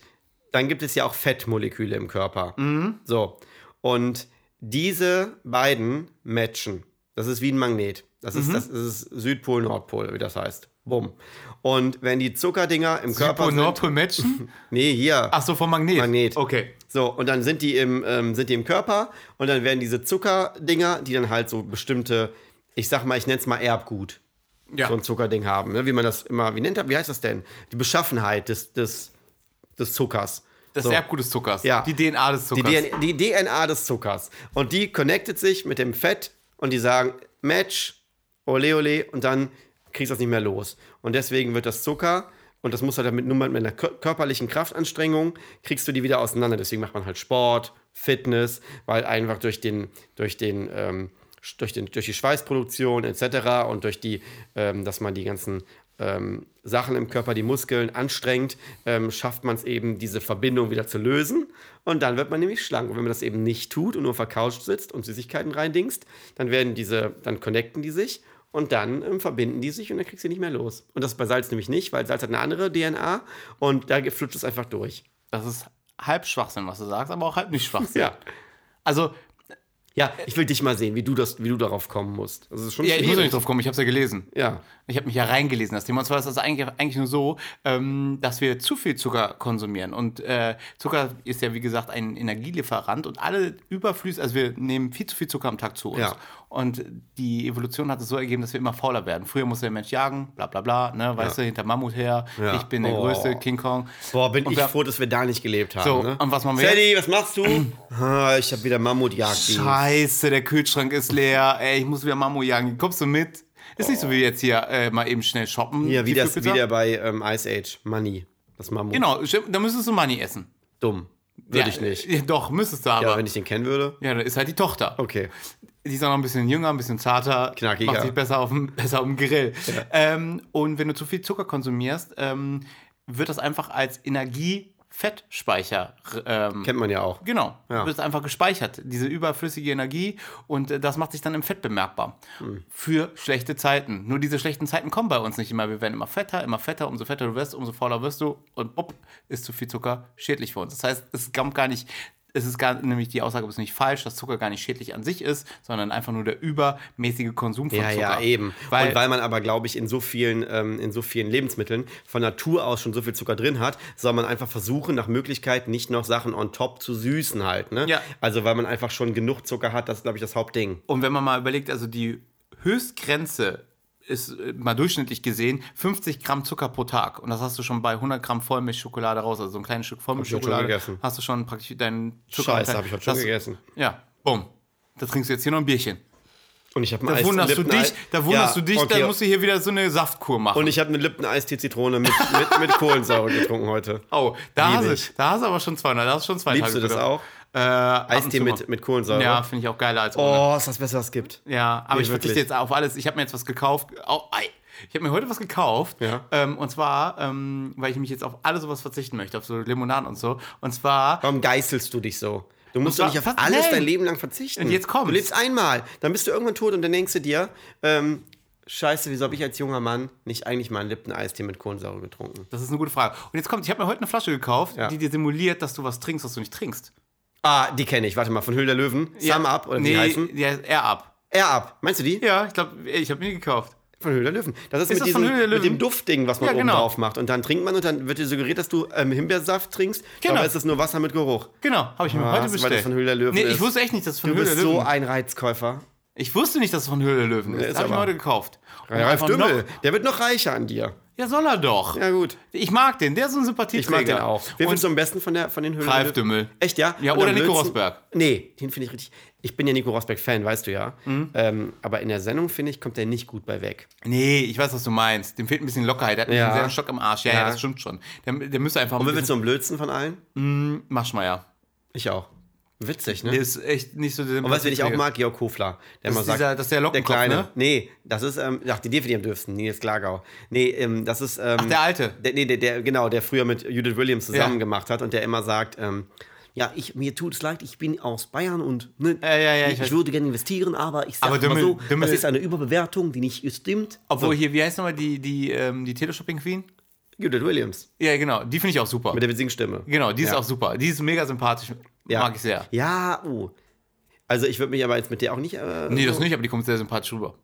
S1: dann gibt es ja auch Fettmoleküle im Körper.
S2: Mhm.
S1: So. Und diese beiden matchen. Das ist wie ein Magnet. Das
S2: Mhm.
S1: ist, das ist Südpol, Nordpol, wie das heißt. Bumm. Und wenn die Zuckerdinger im Körper.
S2: Südpol,
S1: sind-
S2: Nordpol matchen?
S1: Nee, hier.
S2: Ach so, vom Magnet.
S1: Magnet.
S2: Okay.
S1: So, und dann sind die, im, ähm, sind die im Körper und dann werden diese Zuckerdinger, die dann halt so bestimmte, ich sag mal, ich nenne es mal Erbgut,
S2: Ja.
S1: so ein Zuckerding haben. Ne? Wie man das immer, wie nennt das, wie heißt das denn? Die Beschaffenheit des, des, des Zuckers.
S2: das
S1: so.
S2: Erbgut des Zuckers.
S1: Ja.
S2: Die DNA des
S1: Die,
S2: Zuckers.
S1: DNA, die DNA des Zuckers. Und die connectet sich mit dem Fett und die sagen, Match, ole ole, und dann kriegst du das nicht mehr los. Und deswegen wird das Zucker, und das muss halt damit nur mit einer kö- körperlichen Kraftanstrengung, kriegst du die wieder auseinander. Deswegen macht man halt Sport, Fitness, weil einfach durch den, durch den, ähm, sch- durch, den, durch die Schweißproduktion etc. und durch die, ähm, dass man die ganzen ähm, Sachen im Körper, die Muskeln anstrengt, ähm, schafft man es eben, diese Verbindung wieder zu lösen. Und dann wird man nämlich schlank. Und wenn man das eben nicht tut und nur auf der Couch sitzt und Süßigkeiten reindingst, dann werden diese, dann connecten die sich und dann ähm, verbinden die sich und dann kriegst du die nicht mehr los. Und das bei Salz nämlich nicht, weil Salz hat eine andere DNA und da flutscht es einfach durch.
S2: das ist halb Schwachsinn, was du sagst, aber auch halb nicht Schwachsinn.
S1: Ja.
S2: Also,
S1: Ja, ich will dich mal sehen, wie du, das, wie du darauf kommen musst. Das ist schon
S2: ja, ich muss doch
S1: schwierig.
S2: nicht drauf kommen, ich habe es ja gelesen.
S1: ja.
S2: Ich habe mich ja reingelesen, das Thema. Und zwar ist das eigentlich, eigentlich nur so, ähm, dass wir zu viel Zucker konsumieren. Und äh, Zucker ist ja, wie gesagt, ein Energielieferant und alle Überflüsse, also wir nehmen viel zu viel Zucker am Tag zu uns.
S1: Ja.
S2: Und die Evolution hat es so ergeben, dass wir immer fauler werden. Früher musste der Mensch jagen, bla bla bla, ne? weißt du, hinter Mammut her,
S1: Ja.
S2: ich bin der
S1: Oh.
S2: Größte, King Kong.
S1: Boah, bin
S2: Und
S1: ich
S2: wir-
S1: froh, dass wir da nicht gelebt haben.
S2: So,
S1: ne?
S2: und was machen wir
S1: Sadie, was machst du? ah, ich habe wieder Mammutjagd.
S2: Scheiße, der Kühlschrank ist leer, ey, ich muss wieder Mammut jagen. Kommst du mit? Ist nicht so wie jetzt hier äh, mal eben schnell shoppen.
S1: Oh. Ja, wie das
S2: Tiefkühlpizza.
S1: wieder bei ähm, Ice Age. Money. Das Mammut.
S2: Genau, stimmt, da müsstest du Money essen.
S1: Dumm. Würde
S2: ja,
S1: ich nicht.
S2: äh, Doch, müsstest du aber.
S1: Aber wenn ich den kennen würde.
S2: Ja, da ist halt die Tochter.
S1: Okay.
S2: Die ist auch noch ein bisschen jünger, ein bisschen zarter.
S1: Knackiger.
S2: Macht sich besser auf dem, besser auf dem Grill. Ähm, und wenn du zu viel Zucker konsumierst, ähm, wird das einfach als Energiefettspeicher. Ähm,
S1: Kennt man ja auch.
S2: Genau,
S1: Ja.
S2: wird einfach gespeichert, diese überflüssige Energie und äh, das macht sich dann im Fett bemerkbar.
S1: Hm.
S2: Für schlechte Zeiten. Nur diese schlechten Zeiten kommen bei uns nicht immer. Wir werden immer fetter, immer fetter, umso fetter du wirst, umso fauler wirst du und ob ist zu viel Zucker schädlich für uns. Das heißt, es kommt gar nicht, es ist gar, nämlich die Aussage ist nicht falsch, dass Zucker gar nicht schädlich an sich ist, sondern einfach nur der übermäßige Konsum von
S1: Ja,
S2: Zucker.
S1: ja, eben.
S2: Weil,
S1: und weil man aber, glaube ich, in so, vielen, ähm, in so vielen Lebensmitteln von Natur aus schon so viel Zucker drin hat, soll man einfach versuchen, nach Möglichkeit nicht noch Sachen on top zu süßen halt. Ne?
S2: Ja.
S1: Also, weil man einfach schon genug Zucker hat, das ist, glaube ich, das Hauptding.
S2: Und wenn man mal überlegt, also die Höchstgrenze ist äh, mal durchschnittlich gesehen 50 Gramm Zucker pro Tag. Und das hast du schon bei 100 Gramm Vollmilchschokolade raus. Also so ein kleines Stück
S1: schon
S2: Vollmilchschokolade
S1: gegessen.
S2: hast du schon praktisch deinen Zucker.
S1: Scheiße, habe ich heute schon
S2: das,
S1: gegessen.
S2: Ja, bumm. Da trinkst du jetzt hier noch ein Bierchen.
S1: Und ich habe
S2: Da wunderst du dich, da wunderst du dich, dann musst du hier wieder so eine Saftkur machen.
S1: Und ich habe einen Lippen-Eistee Zitrone mit, mit, mit Kohlensäure getrunken heute.
S2: oh, da hast,
S1: Lieb
S2: du,
S1: ich.
S2: da hast du aber schon 200, da hast du schon zwei
S1: Liebst
S2: Tage
S1: du das
S2: wieder.
S1: auch?
S2: Äh, ab und
S1: Eistee
S2: zu mal.
S1: mit, mit Kohlensäure.
S2: Ja, finde ich auch geiler als ohne.
S1: Oh, ist das Beste, was es gibt.
S2: Ja, aber
S1: Nee,
S2: ich verzichte
S1: wirklich.
S2: jetzt auf alles. Ich habe mir jetzt was gekauft. Au, ei. Ich habe mir heute was gekauft.
S1: Ja.
S2: Ähm, und zwar, ähm, weil ich mich jetzt auf alles sowas verzichten möchte, auf so Limonaden und so. Und zwar,
S1: Warum geißelst du dich so? Du musst
S2: Und
S1: doch nicht auf
S2: zwar-
S1: alles
S2: nein.
S1: dein Leben lang verzichten.
S2: Und jetzt kommt's.
S1: Du lebst einmal, dann bist du irgendwann tot und dann denkst du dir, ähm, scheiße, wieso habe ich als junger Mann nicht eigentlich mal einen Lippen-Eistee mit Kohlensäure getrunken?
S2: das ist eine gute Frage. Und jetzt kommt, ich habe mir heute eine Flasche gekauft,
S1: Ja.
S2: die dir simuliert, dass du was trinkst, was du nicht trinkst.
S1: Ah, die kenne ich, warte mal, von Höhle der Löwen. Sum Up, oder wie die
S2: nee,
S1: heißen?
S2: Ja, Air Up.
S1: Air Up, meinst du die?
S2: Ja, ich glaube, ich habe mir die gekauft.
S1: Von Höhle der Löwen. Das ist, mit,
S2: das
S1: diesem,
S2: von Höhle der
S1: mit
S2: Löwen?
S1: dem Duftding, was man
S2: Ja,
S1: oben
S2: genau.
S1: drauf macht. Und dann trinkt man und dann wird dir suggeriert, dass du ähm, Himbeersaft trinkst.
S2: Genau.
S1: Aber es ist nur Wasser mit Geruch.
S2: Genau, habe ich mir
S1: Ah, das- weil
S2: heute
S1: das
S2: bestellt.
S1: von Höhle der Löwen
S2: nee, ich
S1: ist.
S2: wusste echt nicht, dass es von
S1: Du
S2: Höhle
S1: bist
S2: der Löwen
S1: so ein Reizkäufer.
S2: Ich wusste nicht, dass es von Höhle der Löwen ist.
S1: ist
S2: Das habe ich mir
S1: aber-
S2: heute gekauft. Und
S1: Äh, Ralf
S2: einfach
S1: Dümmel,
S2: Noch,
S1: der wird noch reicher an dir.
S2: ja, soll er doch.
S1: Ja, gut.
S2: Ich mag den, der ist so ein Sympathieträger.
S1: Ich mag den auch. Wer
S2: Und-
S1: findest du am besten von, der, von den Höhlen?
S2: Ralf Dümmel.
S1: Echt, ja?
S2: Ja,
S1: Und
S2: oder
S1: am
S2: Nico
S1: blödsten-
S2: Rosberg.
S1: Nee, den finde ich richtig. Ich bin ja Nico Rosberg-Fan, weißt du ja.
S2: Mhm.
S1: Ähm, aber in der Sendung, finde ich, kommt der nicht gut bei weg.
S2: Nee, ich weiß, was du meinst. Dem fehlt ein bisschen Lockerheit. Der hat
S1: Ja.
S2: einen sehr Stock im Arsch. Ja, ja,
S1: Ja.
S2: das stimmt schon. Der, der müsste einfach.
S1: Und
S2: ein
S1: wer wird
S2: bisschen-
S1: so am blödsten von allen?
S2: Maschmeyer.
S1: Ich auch. Witzig, ne?
S2: Der ist echt nicht so.
S1: Und weißt du, wen ich auch mag? Georg Kofler. Der
S2: Das
S1: immer
S2: ist,
S1: sagt,
S2: dieser, das ist der
S1: der
S2: Lockenkopf,
S1: Kleine.
S2: ne?
S1: Nee, das ist, ähm, ach, die definitiv am dürfsten. Nils Klagau. Nee, ähm, das ist. Ähm,
S2: Ach, der Alte.
S1: Der, nee, der, der, genau, der früher mit Judith Williams zusammen
S2: Ja.
S1: gemacht hat und der immer sagt, ähm, ja, ich, mir tut es leid, ich bin aus Bayern und ne,
S2: Äh, ja, ja, ich
S1: ich,
S2: weiß.
S1: würde gerne investieren, aber ich sage
S2: Aber
S1: mal
S2: Dümmel-
S1: so,
S2: Dümmel-
S1: das ist eine Überbewertung, die nicht stimmt.
S2: Obwohl hier, wie heißt nochmal die, die, ähm, die Teleshopping Queen?
S1: Judith Williams
S2: Ja, genau. Die finde ich auch super.
S1: mit der witzigen Stimme.
S2: Genau, die ist
S1: Ja.
S2: auch super. Die ist mega sympathisch.
S1: Ja.
S2: Mag ich sehr.
S1: Ja, uh. Also ich würde mich aber jetzt mit der auch nicht. Äh,
S2: Nee, das nicht, aber die kommt sehr sympathisch rüber.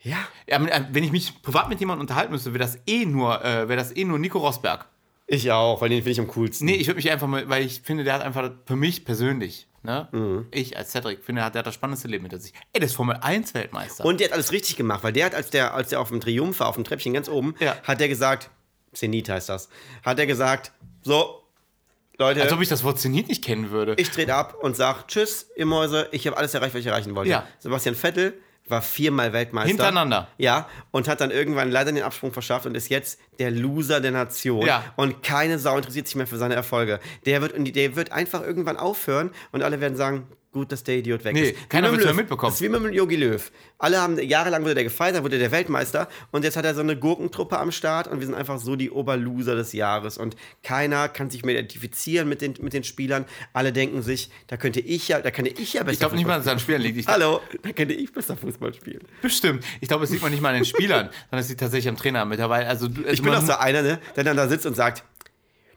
S1: Ja.
S2: Ja, aber, äh, wenn ich mich privat mit jemandem unterhalten müsste, wäre das eh nur, äh, wäre das eh nur Nico Rosberg.
S1: Ich auch, weil den finde ich am coolsten.
S2: Nee, ich würde mich einfach mal, weil ich finde, der hat einfach für mich persönlich, ne?
S1: Mhm.
S2: Ich als Cedric finde, der hat, der hat das spannendste Leben hinter sich. Ey, der ist Formel 1 Weltmeister.
S1: Und der hat alles richtig gemacht, weil der hat, als der, als der auf dem Triumph war, auf dem Treppchen ganz oben,
S2: Ja.
S1: hat der gesagt, Zenit heißt das, hat er gesagt, so, Leute,
S2: als ob ich das Wort Zenit nicht kennen würde.
S1: ich trete ab und sag, tschüss, ihr Mäuse, ich habe alles erreicht, was ich erreichen wollte.
S2: Ja.
S1: Sebastian Vettel war viermal Weltmeister.
S2: Hintereinander.
S1: Ja, und hat dann irgendwann leider den Absprung verschafft und ist jetzt der Loser der Nation.
S2: Ja.
S1: Und keine Sau interessiert sich mehr für seine Erfolge. Der wird, und der wird einfach irgendwann aufhören und alle werden sagen, gut, dass der Idiot weg
S2: Nee,
S1: ist. Wie
S2: keiner
S1: mit dem
S2: wird's mehr
S1: Löw.
S2: mitbekommen.
S1: Das ist wie mit dem Yogi Löw. Alle haben, jahrelang wurde der gefeiert, dann wurde der Weltmeister und jetzt hat er so eine Gurkentruppe am Start und wir sind einfach so die Oberloser des Jahres und keiner kann sich mehr identifizieren mit den, mit den Spielern. Alle denken sich, da könnte ich ja, da könnte ich ja besser
S2: Ich glaube nicht
S1: Fußball
S2: mal, dass es an Spielern liegt. Ich,
S1: spielen. Hallo, da könnte ich besser Fußball spielen.
S2: bestimmt. Ich glaube, das sieht man nicht mal an den Spielern, sondern es sieht tatsächlich am Trainer mittlerweile. Also, du- also
S1: Ich bin
S2: man-
S1: auch so einer, ne, der dann da sitzt und sagt,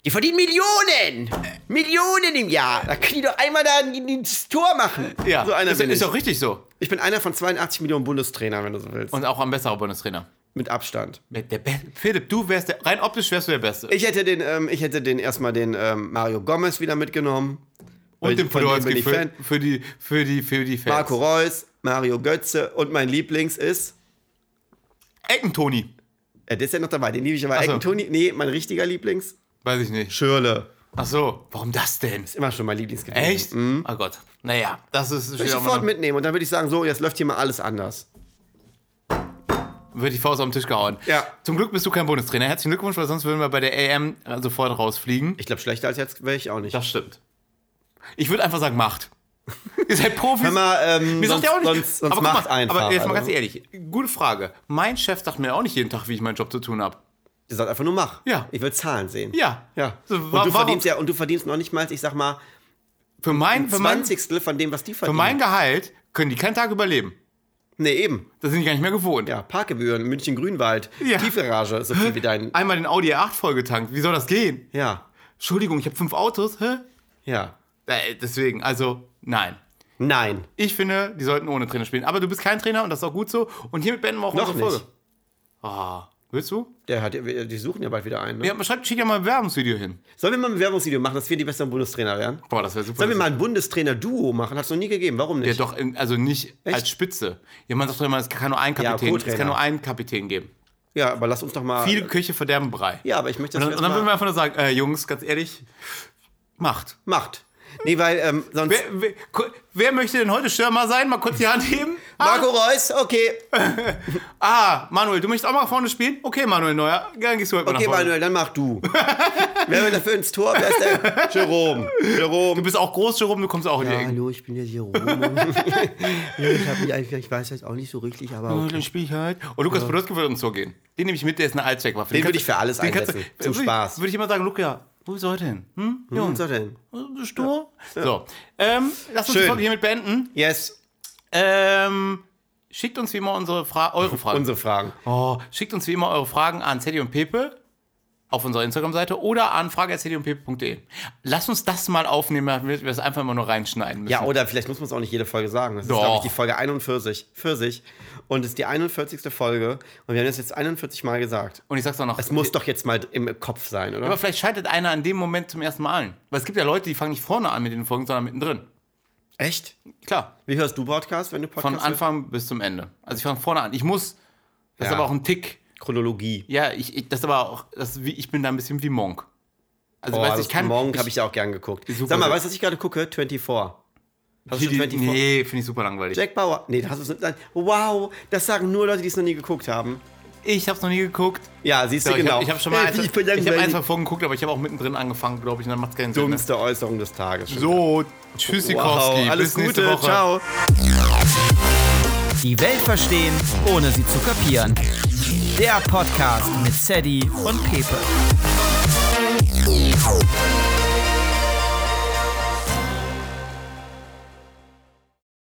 S1: die verdienen Millionen! Millionen im Jahr! Da können die doch einmal da ein- ein Tor machen!
S2: ja,
S1: so einer
S2: ist,
S1: bin
S2: ist
S1: ich.
S2: auch richtig so.
S1: Ich bin einer von 82 Millionen Bundestrainern, wenn du so willst.
S2: Und auch am besseren Bundestrainer.
S1: mit Abstand.
S2: Der Be Philipp, du wärst der, rein optisch wärst du der Beste.
S1: Ich hätte den, ähm, ich hätte den erstmal den ähm, Mario Gomez wieder mitgenommen. Weil
S2: und den
S1: von dem bin
S2: Podolski
S1: ich
S2: für,
S1: Fan.
S2: für, die, für, die, für die Fans.
S1: Marco Reus, Mario Götze und mein Lieblings ist.
S2: Eckentoni.
S1: Äh, der ist ja noch dabei, den liebe ich aber.
S2: Ach so.
S1: Ecken Toni. Nee, mein richtiger Lieblings.
S2: Weiß ich nicht.
S1: Schürle.
S2: Ach so, warum das denn?
S1: Ist immer schon mein Lieblings gewesen.
S2: Echt? Oh Gott. Naja, das ist
S1: Würde Mhm. ich
S2: steht auch
S1: sofort
S2: mal-
S1: mitnehmen und dann würde ich sagen, so, jetzt läuft hier mal alles anders.
S2: wird die Faust auf den Tisch gehauen.
S1: Ja.
S2: Zum Glück bist du kein Bundestrainer. Herzlichen Glückwunsch, weil sonst würden wir bei der EM sofort rausfliegen.
S1: Ich glaube, schlechter als jetzt wäre ich auch nicht.
S2: Das stimmt. Ich würde einfach sagen, macht. Ihr seid Profis.
S1: Hör mal, ähm,
S2: Mir
S1: sonst,
S2: sagt er auch nicht.
S1: sonst, sonst
S2: aber guck
S1: macht
S2: mal,
S1: einfach.
S2: Aber jetzt mal ganz
S1: also.
S2: ehrlich, gute Frage. Mein Chef sagt mir auch nicht jeden Tag, wie ich meinen Job zu tun habe.
S1: Ihr sagt einfach nur mach.
S2: Ja.
S1: Ich will Zahlen sehen.
S2: Ja.
S1: Ja.
S2: So,
S1: und,
S2: wa-
S1: du
S2: warum-
S1: verdienst ja und du verdienst noch nicht mal, ich sag mal,
S2: Für mein, für mein, für
S1: Zwanzigstel von dem, was die verdienen.
S2: mein Gehalt können die keinen Tag überleben.
S1: nee, eben.
S2: Das sind die gar nicht mehr gewohnt.
S1: Ja, Parkgebühren, München Grünwald,
S2: Ja. Ah.
S1: Tiefgarage, so viel wie dein.
S2: Einmal den Audi R8 vollgetankt. Wie soll das gehen?
S1: Ja,
S2: Entschuldigung, ich habe fünf Autos. Hä?
S1: ja.
S2: Äh, Deswegen, also nein.
S1: Nein,
S2: Ich finde, die sollten ohne Trainer spielen. Aber du bist kein Trainer und das ist auch gut so. Und hiermit beenden wir auch
S1: noch
S2: unsere
S1: nicht.
S2: Folge. Ah, willst du?
S1: Der hat, die suchen ja bald wieder einen. Ne?
S2: Ja, schreib, schick ja mal ein Werbungsvideo hin.
S1: Sollen wir mal ein Bewerbungsvideo machen, dass wir die besseren Bundestrainer werden?
S2: Boah, das wäre super.
S1: Sollen wir mal ein Bundestrainer-Duo machen? Hat es noch nie gegeben. Warum
S2: ja,
S1: nicht?
S2: doch, in, also nicht als Spitze. Ja, man sagt doch immer, es kann nur einen
S1: Ja,
S2: Kapitän, es
S1: Co-Trainer.
S2: kann nur einen Kapitän geben.
S1: Ja, aber lass uns doch mal.
S2: Viele Köche verderben Brei.
S1: ja, aber ich möchte
S2: und
S1: das
S2: dann,
S1: jetzt
S2: und dann würden wir
S1: mal.
S2: einfach nur sagen, äh, Jungs, ganz ehrlich, macht.
S1: Macht. Nee, weil ähm, sonst.
S2: Wer, wer, ko- wer möchte denn heute Stürmer sein? Mal kurz die Hand heben.
S1: Marco Reus, okay.
S2: Ah, Manuel, du möchtest auch mal vorne spielen? Okay, Manuel Neuer, dann gehst du heute mal
S1: Okay,
S2: nach vorne.
S1: Manuel, dann mach du. Wer will dafür ins Tor? Wer ist der? Jerome. Jerome.
S2: Du bist auch groß, Jerome, du kommst auch in die Ecken.
S1: hallo, ich bin der Jerome. ich, hab mich, ich weiß jetzt auch nicht so richtig, aber.
S2: Und dann spiel ich halt. Und Lukas Podolski würde uns so gehen. Den nehme ich mit, der ist eine Allzweckwaffe.
S1: Den würde
S2: kannst
S1: ich für
S2: du-
S1: alles
S2: den kannst du-
S1: einsetzen, zum
S2: würde ich-
S1: Spaß.
S2: Würde ich immer sagen, Luca, wo ist er heute hin? Hm?
S1: Und so denn?
S2: Äh, Stur? So. Ähm, lass uns die
S1: Schön.
S2: Folge hiermit beenden.
S1: Yes,
S2: Ähm, schickt uns wie immer unsere Fra eure Fragen.
S1: unsere Fragen.
S2: oh, schickt uns wie immer eure Fragen an Zeddy und Pepe auf unserer Instagram-Seite oder an frage.zeddyundpepe.de. Lass uns das mal aufnehmen, damit wir es einfach immer nur reinschneiden müssen.
S1: Ja, oder vielleicht muss man es auch nicht jede Folge sagen. Das
S2: Doch.
S1: ist, glaube ich, die Folge 41. 40. Und es ist die 41. Folge. Und wir haben das jetzt 41 Mal gesagt.
S2: Und ich sag's auch noch.
S1: Es muss doch jetzt mal im Kopf sein, oder?
S2: Aber vielleicht scheitert einer an dem Moment zum ersten Mal an. Weil es gibt ja Leute, die fangen nicht vorne an mit den Folgen, sondern mittendrin.
S1: Echt?
S2: Klar,
S1: Wie hörst du Podcast, wenn du Podcast
S2: von Anfang bis zum Ende. Also ich fange vorne an. Ich muss, das ist
S1: Ja.
S2: aber auch ein Tick.
S1: hörst? Chronologie.
S2: Ja, ich, ich das ist aber auch, das ist wie, ich bin da ein bisschen wie Monk. Also
S1: Oh,
S2: weißt, du,
S1: das
S2: ich kann.
S1: Morgen habe ich ja auch gern geguckt.
S2: Super.
S1: Sag mal, weißt du, was ich gerade gucke? 24. Hast du
S2: die,
S1: schon 24?
S2: nee, finde ich super langweilig.
S1: Jack Bauer. Nee, hast du es Wow, das sagen nur Leute, die es noch nie geguckt haben.
S2: Ich hab's noch nie geguckt.
S1: Ja, siehst
S2: So,
S1: du genau.
S2: Ich habe hab schon mal
S1: Äh,
S2: eins,
S1: wie
S2: ich hab
S1: langweilig.
S2: eins mal vorgeguckt, aber ich habe auch mittendrin angefangen, glaube ich, und dann macht's keinen Sinn. ne?
S1: dummste Äußerung des Tages.
S2: So, Tschüssikowski.
S1: wow, alles
S2: bis nächste
S1: Gute,
S2: Woche.
S1: ciao.
S3: Die Welt verstehen, ohne sie zu kapieren. Der Podcast mit Sadie und Pepe.